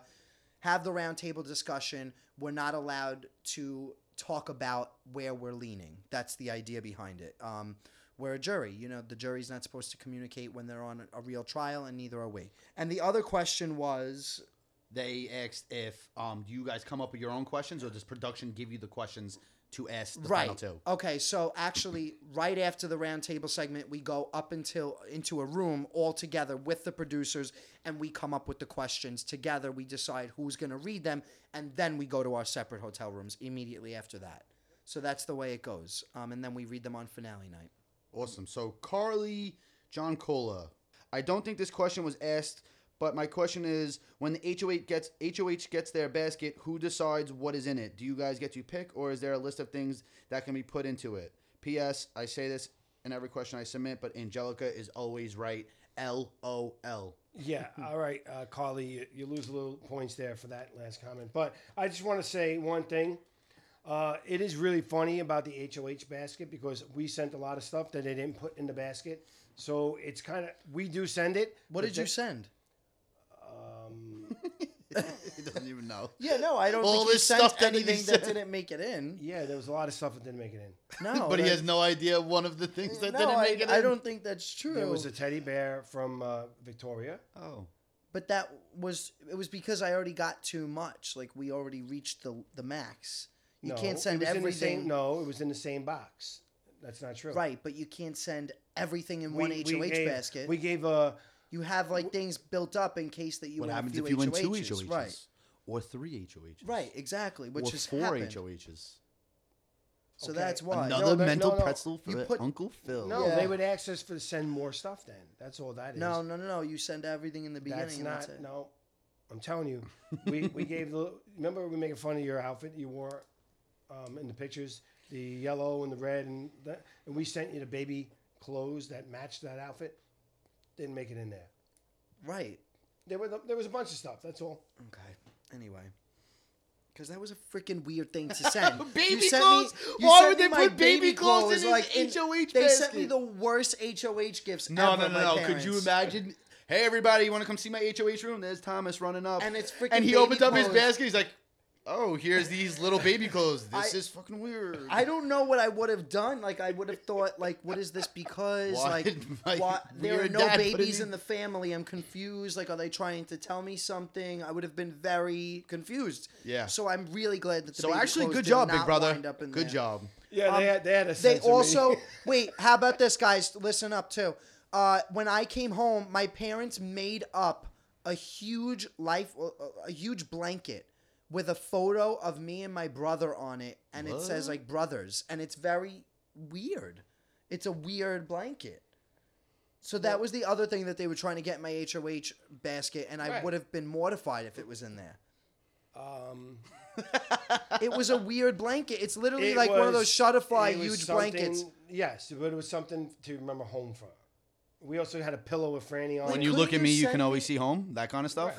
have the roundtable discussion, we're not allowed to talk about where we're leaning. That's the idea behind it. Um, we're a jury. You know, the jury's not supposed to communicate when they're on a real trial, and neither are we. And the other question was they asked if um, do you guys come up with your own questions or does production give you the questions to ask the final two? Okay, so actually, right after the roundtable segment, we go up until into a room all together with the producers, and we come up with the questions together. We decide who's going to read them, and then we go to our separate hotel rooms immediately after that. So that's the way it goes, um, and then we read them on finale night. Awesome. So Carly John Cola. I don't think this question was asked, but my question is when the HOH gets HOH gets their basket, who decides what is in it? Do you guys get to pick or is there a list of things that can be put into it? PS, I say this in every question I submit, but Angelica is always right. L O L. Yeah, all right, uh, Carly, you, you lose a little points there for that last comment. But I just want to say one thing. Uh, it is really funny about the HOH basket because we sent a lot of stuff that they didn't put in the basket. So it's kind of, we do send it. um, What did you send? He doesn't even know. Yeah, no, I don't. All think you this sent stuff that he anything that sent. didn't make it in. Yeah, there was a lot of stuff that didn't make it in. No, but he Oh, that- has no idea one of the things that no, didn't I, make it. I in. don't think that's true. There was a teddy bear from uh, Victoria. Oh. But that was it was because I already got too much. Like we already reached the the max. You No, can't it send was in the everything same- no, it was in the same box. That's not true. right, but you can't send everything in We- one we HOH gave- basket. We gave uh, a. you have like things built up in case that you What win happens a if few you win two HOHs. HOHs? Right. Or three HOHs? Right, exactly. Which or is four happened. HOHs. So Okay. that's why. Another No, that- mental no, no. pretzel for You the put- Uncle Phil. No, Yeah. they would ask us for to send more stuff. Then that's all that is. no, no, no, no. You send everything in the beginning that's and not. that's it. No, I'm telling you, we we gave the. Remember, we making fun of your outfit you wore, um, in the pictures, the yellow and the red, and that, and we sent you the baby clothes that matched that outfit didn't make it in there. Right. There were there was a bunch of stuff. That's all. Okay. Anyway. Because that was a freaking weird thing to send. Baby sent clothes? Why sent would me they my put baby clothes in his HOH They sent me basket? the worst HOH gifts No, ever. no, my no, no. Could you parents. imagine? Hey, everybody, you want to come see my HOH room? There's Thomas running up. And it's freaking And he baby opens up his clothes. basket. He's like, oh, here's these little baby clothes. This I- is fucking weird. I don't know what I would have done. Like I would have thought, like, what is this? Because Why like, did my why, there are weird no dad put it babies in- in the family. I'm confused. Like, are they trying to tell me something? I would have been very confused. Yeah. So I'm really glad that. The So baby actually, clothes good did job, big not brother. wind up in Good there. job. Yeah, they had Um, they had a. They sense of me. also wait. How about this, guys? Listen up too. Uh, when I came home, my parents made up a huge life, uh, a- a huge blanket with a photo of me and my brother on it, and it says What? like brothers, and it's very weird. It's a weird blanket. So that was the other thing that they were trying to get in my HOH basket, and I Right. would have been mortified if it was in there. um, It was a weird blanket. It's literally it like one of those was- shutterfly it was huge blankets. something- Yes, but it was something to remember home from. We also had a pillow with Franny on When it. When you look couldn't at me, you you can send always me- see home. That kind of stuff.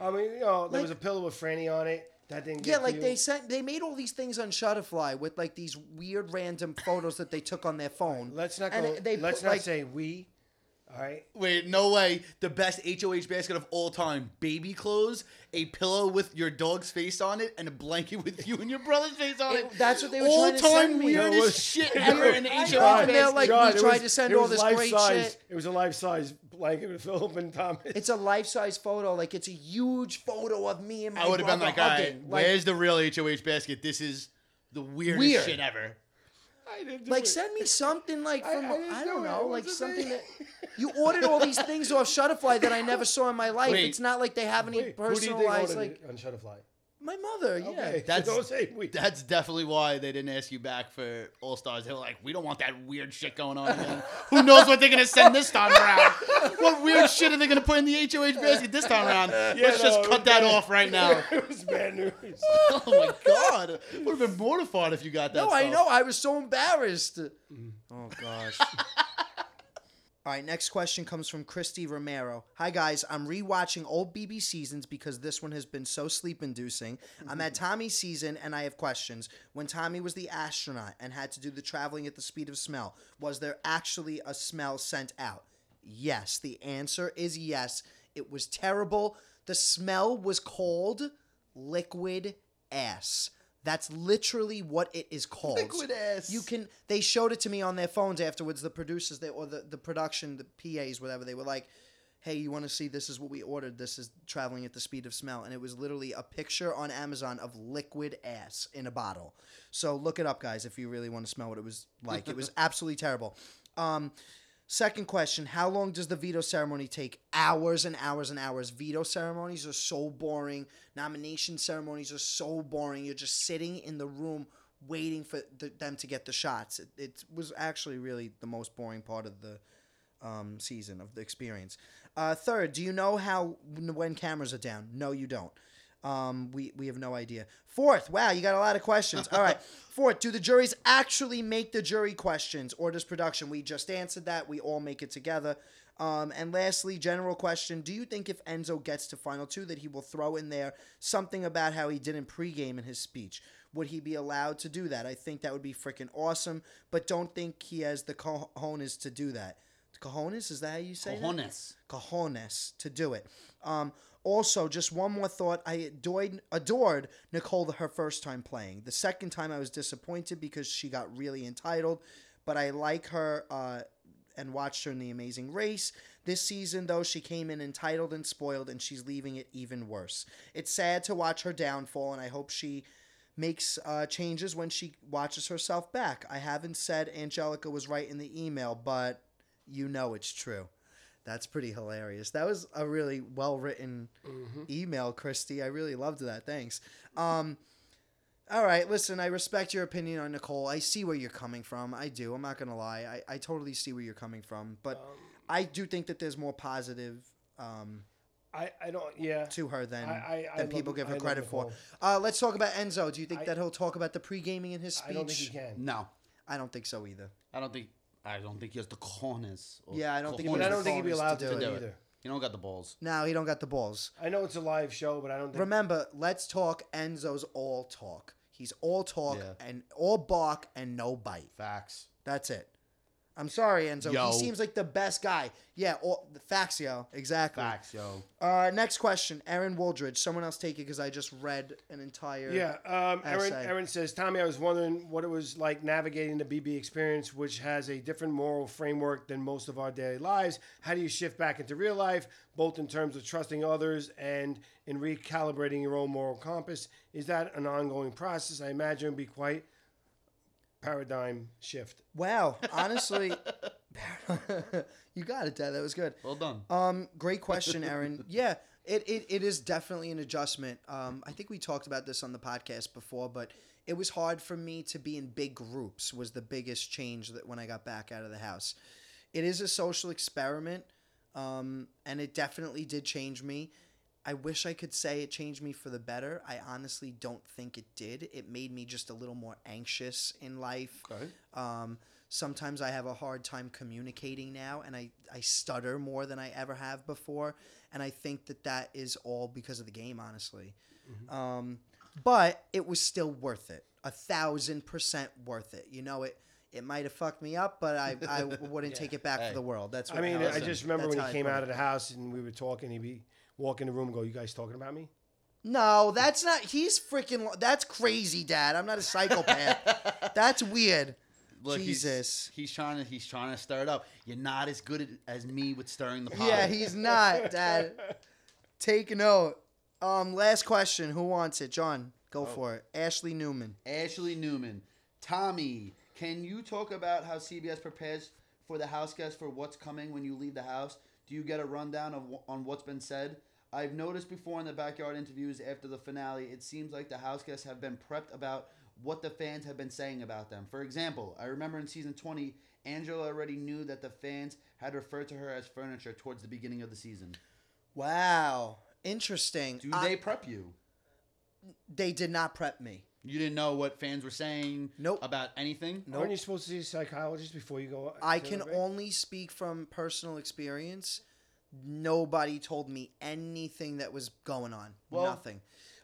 I mean, you know, there was a Like- pillow with Franny on it. That didn't. Yeah, get like you. they sent, they made all these things on Shutterfly with like these weird random photos that they took on their phone. Let's not go. And they let's put, not like- say we. All right. Wait, no way. The best HOH basket of all time. Baby clothes, a pillow with your dog's face on it, and a blanket with you and your brother's face on it. It- that's what they were all trying to time send me. weirdest It was- shit ever in the I HOH know, basket. and they're like, we it tried was- to send it all was this great life-size- shit. It was a life size blanket with Philip and Thomas. It's a life size photo. Like it's a huge photo of me and my I would have been brother like, all right, hugging. like, where's the real HOH basket? This is the weirdest Weird. shit ever. I didn't do like it. send me something like I- from I, I didn't don't do it. know, It like was a something thing. that you ordered all these things off Shutterfly that I never saw in my life. Wait. it's not like they have any Wait, who do you think personalized ordered like it on Shutterfly. my mother. Yeah, Okay, so That's- don't say we. That's definitely why they didn't ask you back for All Stars. They were like, we don't want that weird shit going on again. Who knows what they're going to send this time around? What weird shit are they going to put in the HOH basket this time around? Let's no, it just was cut that bad. off right now. it was bad news. oh my god. Would have been mortified if you got that. No, I stuff. know. I was so embarrassed. Oh gosh. All right, next question comes from Christy Romero. Hi guys, I'm rewatching old BB seasons because this one has been so sleep inducing. I'm at Tommy's season and I have questions. When Tommy was the astronaut and had to do the traveling at the speed of smell, was there actually a smell sent out? Yes, the answer is yes. It was terrible. The smell was called liquid ass. That's literally what it is called. Liquid ass. You can. They showed it to me on their phones afterwards. The producers, they or the the production, the PAs, whatever. They were like, "Hey, you want to see? This is what we ordered. This is traveling at the speed of smell." And it was literally a picture on Amazon of liquid ass in a bottle. So look it up, guys, if you really want to smell what it was like. it was absolutely terrible. Um, Second question: How long does the veto ceremony take? Hours and hours and hours. Veto ceremonies are so boring. Nomination ceremonies are so boring. You're just sitting in the room waiting for the, them to get the shots. It, it was actually really the most boring part of the um, season of the experience. Uh, third, do you know how when cameras are down? No, you don't. Um, we, we have no idea. Fourth, wow, you got a lot of questions. All right. Fourth, do the juries actually make the jury questions or does production? We just answered that. We all make it together. Um, and lastly, general question Do you think if Enzo gets to Final Two that he will throw in there something about how he didn't pregame in his speech? Would he be allowed to do that? I think that would be freaking awesome, but don't think he has the cojones to do that. Cojones? Is that how you say that? Cojones. cojones to do it. Um, also, just one more thought. I adored, adored Nicole her first time playing. The second time, I was disappointed because she got really entitled, but I like her uh, and watched her in The Amazing Race. This season, though, she came in entitled and spoiled, and she's leaving it even worse. It's sad to watch her downfall, and I hope she makes uh, changes when she watches herself back. I haven't said Angelica was right in the email, but you know it's true. That's pretty hilarious. That was a really well written Um, email, Christy. I really loved that. Thanks. Um, all right, listen, I respect your opinion on Nicole. I see where you're coming from. I do. I'm not going to lie. I, I totally see where you're coming from. But I do think that there's more positive um, I, I don't. Yeah. to her I, than, I, I than love- people give I her love credit for. Nicole. Uh, let's talk about Enzo. Do you think I- that he'll talk about the pre gaming in his speech? I don't think he can. No, I don't think so either. I don't think. I don't think he has the corners. or Yeah, I don't think he But I has cojones the don't think he'd be cojones allowed to to do, do it to do either. it. He don't got the balls. No, he don't got the balls. I know it's a live show, but I don't think Remember, let's talk. Enzo's all talk. He's all talk Yeah. and all bark and no bite. Facts. That's it. I'm sorry, Enzo. Yo. He seems like the best guy. Yeah, all, facts, yo. Exactly. Facts, yo. Uh, next question, Aaron Wooldridge. Someone else take it because I just read an entire. Yeah, um, Aaron, essay. Aaron says, Tommy, I was wondering what it was like navigating the BB experience, which has a different moral framework than most of our daily lives. How do you shift back into real life, both in terms of trusting others and in recalibrating your own moral compass? Is that an ongoing process? I imagine it would be quite paradigm shift. Wow. Honestly, you got it, Dad. That was good. Well done. Um, great question, Aaron. yeah, it, it it is definitely an adjustment. Um, I think we talked about this on the podcast before, but it was hard for me to be in big groups. Was the biggest change that when I got back out of the house. It is a social experiment, um, and it definitely did change me. I wish I could say it changed me for the better. I honestly don't think it did. It made me just a little more anxious in life. Okay. Um, sometimes I have a hard time communicating now, and I, I stutter more than I ever have before. And I think that that is all because of the game, honestly. Mm-hmm. Um, but it was still worth it. A thousand percent worth it. You know, it it might have fucked me up, but I, I wouldn't take it back Hey. for the world. That's what I mean, I Allison- just remember that's when how he I came put out it. of the house and we were talking, he'd be walk in the room and go, You guys talking about me? No, that's not. He's freaking. lo- That's crazy, Dad. I'm not a psychopath. that's weird. Look, he's- Jesus. He's, trying to he's trying to stir it up. You're not as good at, as me with stirring the pot. Yeah, he's not, Dad. Take note. Um, last question. Who wants it? John, go Oh. for it. Ashley Newman. Ashley Newman, Tommy, can you talk about how CBS prepares for the house guest for what's coming when you leave the house? Do you get a rundown of wh- on what's been said? I've noticed before in the backyard interviews after the finale, it seems like the house guests have been prepped about what the fans have been saying about them. For example, I remember in season 20, Angela already knew that the fans had referred to her as furniture towards the beginning of the season. Wow, interesting. Do I- they prep you? They did not prep me. You didn't know what fans were saying Nope. about anything? Aren't you supposed to see a psychologist before you go? I to can the- only speak from personal experience. Nobody told me anything that was going on. Well- Nothing.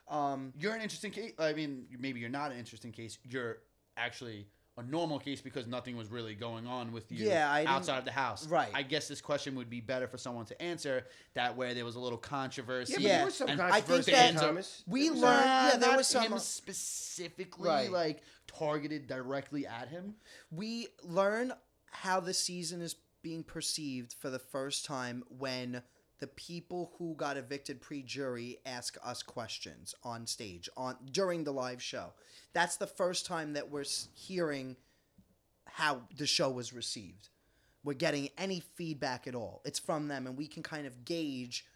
Um, you're an interesting case. I mean, maybe you're not an interesting case. You're actually a normal case because nothing was really going on with you Yeah, I didn't- outside of the house. Right. I guess this question would be better for someone to answer. That way, there was a little controversy. Yeah, but Yeah, there was some and I think controversy, that- Thomas. we There was uh, learned. some- yeah, there not was some. him specifically Right. like targeted directly at him. we learn how the season is being perceived for the first time when the people who got evicted pre-jury ask us questions on stage on during the live show. That's the first time that we're s- hearing how the show was received. We're getting any feedback at all. It's from them, and we can kind of gauge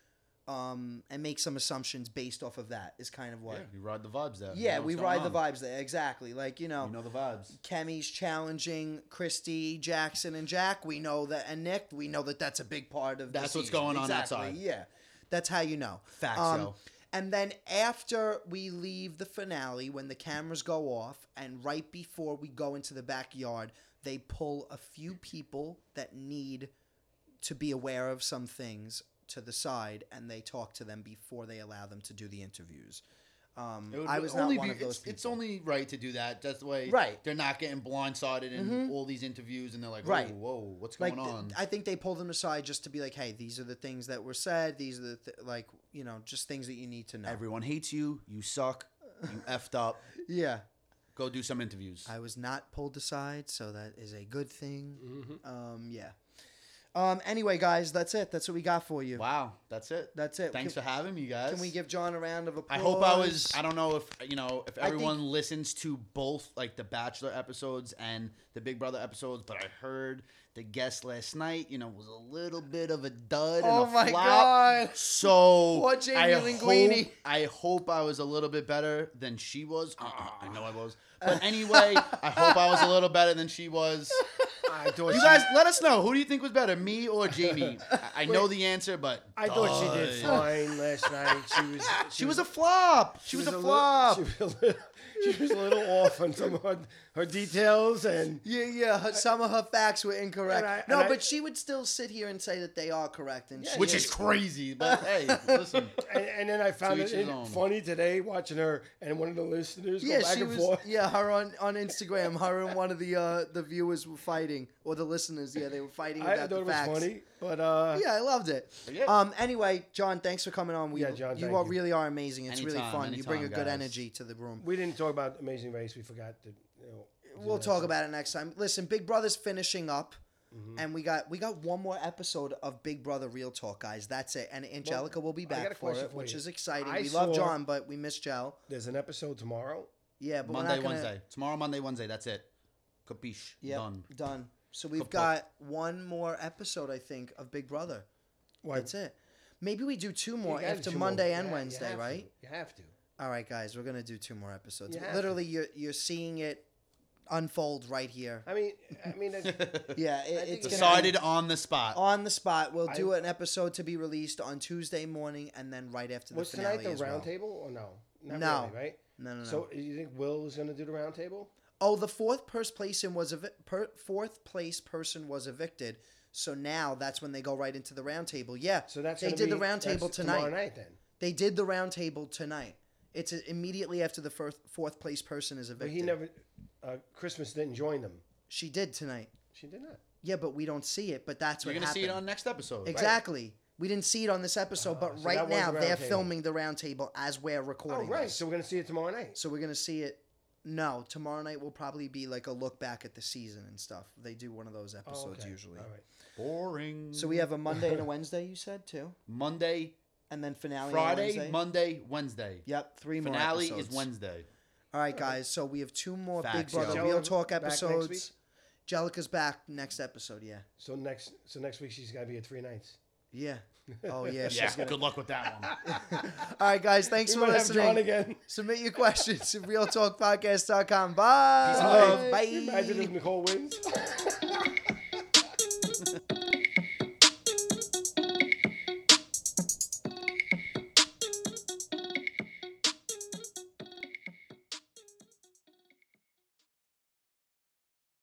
um, and make some assumptions based off of that. Is kind of what. we ride the vibes there. Yeah, we ride the Um, vibes there exactly. Like you know, You know the vibes. Kemi's challenging Christy, Jackson, and Jack. We know that, and Nick. We know that that's a big part of. the That's what's season. going on exactly. outside. Yeah, that's how you know. Facts, yo. And then after we leave the finale, when the cameras go off, and right before we go into the backyard, they pull a few people that need to be aware of some things to the side, and they talk to them before they allow them to do the interviews. Um, It would I was only not one be- of those it's, people. it's only right to do that. That's the way Right. they're not getting blindsided in Mhm. all these interviews and they're like, Right. oh, whoa, what's like going th- on? I think they pulled them aside just to be like, hey, these are the things that were said. These are the th- like you know just things that you need to know. Everyone hates you. You suck. You effed up. yeah, Go do some interviews. I was not pulled aside, so that is a good thing. Mhm. Um, yeah. Um. Anyway, guys, that's it. That's what we got for you. wow, that's it. That's it. Thanks can, for having me, guys. Can we give John a round of I applause? hope I was. I don't know if you know if I think- everyone listens to both like the Bachelor episodes and the Big Brother episodes, but I heard the guest last night. You know, was a little bit of a dud. Oh and a my flop. God. So Poor Jamie I Linguini. hope I hope I was a little bit better than she was. Uh, I know I was, but anyway, I hope I was a little better than she was. I thought You she- guys, let us know. Who do you think was better, me or Jamie? I, I know the answer, but I thought she did dud. fine last night. She was. She was a flop. She, was, a, flop. little- she was a little- She was a little off on some of her, her details, and Yeah, yeah. Her, some of her facts were incorrect. And I- no, and I- but she would still sit here and say that they are correct, and she which is crazy. But hey, listen, and, and then I found To it each his own. funny today watching her and one of the listeners yeah, go back she and was. forth. Yeah, her on, on Instagram, her and one of the uh, the viewers were fighting, or the listeners. Yeah, they were fighting I, I about thought the it was facts. funny, but uh, Yeah, I loved it. Yeah. Um. Anyway, John, thanks for coming on. We, Yeah, John, you thank all you. really are amazing. It's really Anytime, fun. you bring a anytime, good guys. energy to the room. we didn't talk about Amazing Race. We forgot to. You know, do We'll that. talk about it next time. Listen, Big Brother's finishing up. Mm-hmm. And we got we got one more episode of Big Brother Real Talk, guys. That's it. And Angelica will be I got back a for question it, for which you. is exciting. I we love saw- John, but we miss Jel. There's an episode tomorrow. Yeah, but Monday, we're not gonna, Wednesday, tomorrow, Monday, Wednesday. That's it. Capiche? Yep, Done. Done. So we've Kaput. got one more episode, I think, of Big Brother. Why? That's it. Maybe we do two you more gotta after do Monday more. and Yeah, you Wednesday, have to. right? You have to. All right, guys, we're gonna do two more episodes. You have to. Literally, you're you're seeing it unfold right here. I mean, I mean, it- Yeah, it- think it's it's gonna- Decided on the spot. on the spot. We'll do an episode to be released on Tuesday morning, and then right after the was finale tonight the as well. roundtable or no? Not No. really, right? No, no, no. So you think Will is going to do the roundtable? oh, the fourth person place was evi- per- fourth place person was evicted. So now that's when they go right into the roundtable. Yeah, So that's they gonna did the be- roundtable that's tonight. Tomorrow night, then. They did the roundtable tonight. It's uh, immediately after the first, fourth place person is But evicted. he never. Uh, Christmas didn't join them. She did tonight. She did not. Yeah, but we don't see it. But that's what You're gonna happened. see it on next episode. Exactly. We didn't see it on this episode, but Oh, so right that was now the they're roundtable. filming the roundtable as we're recording. Oh, right. this. So we're going to see it tomorrow night. So we're gonna see it. No, tomorrow night will probably be like a look back at the season and stuff. They do one of those Oh, episodes okay. usually. All right. Boring. So we have a Monday and a Wednesday, you said too, Monday, and then finale. Friday, on Wednesday. Monday, Wednesday. Yep, three more Finale episodes. is Wednesday. All right, guys. So we have two more Big Facts, Brother yo. Real Jella Talk back next week? episodes. Jellica's back next episode. Yeah, So next, so next week she's got to be at three nights. yeah. Oh yeah, she's Yeah. gonna. Good luck with that one. All right, guys. Thanks We for might have listening. John again. Submit your questions at realtalkpodcast.com. Bye. Peace out. Bye. Imagine if Nicole wins.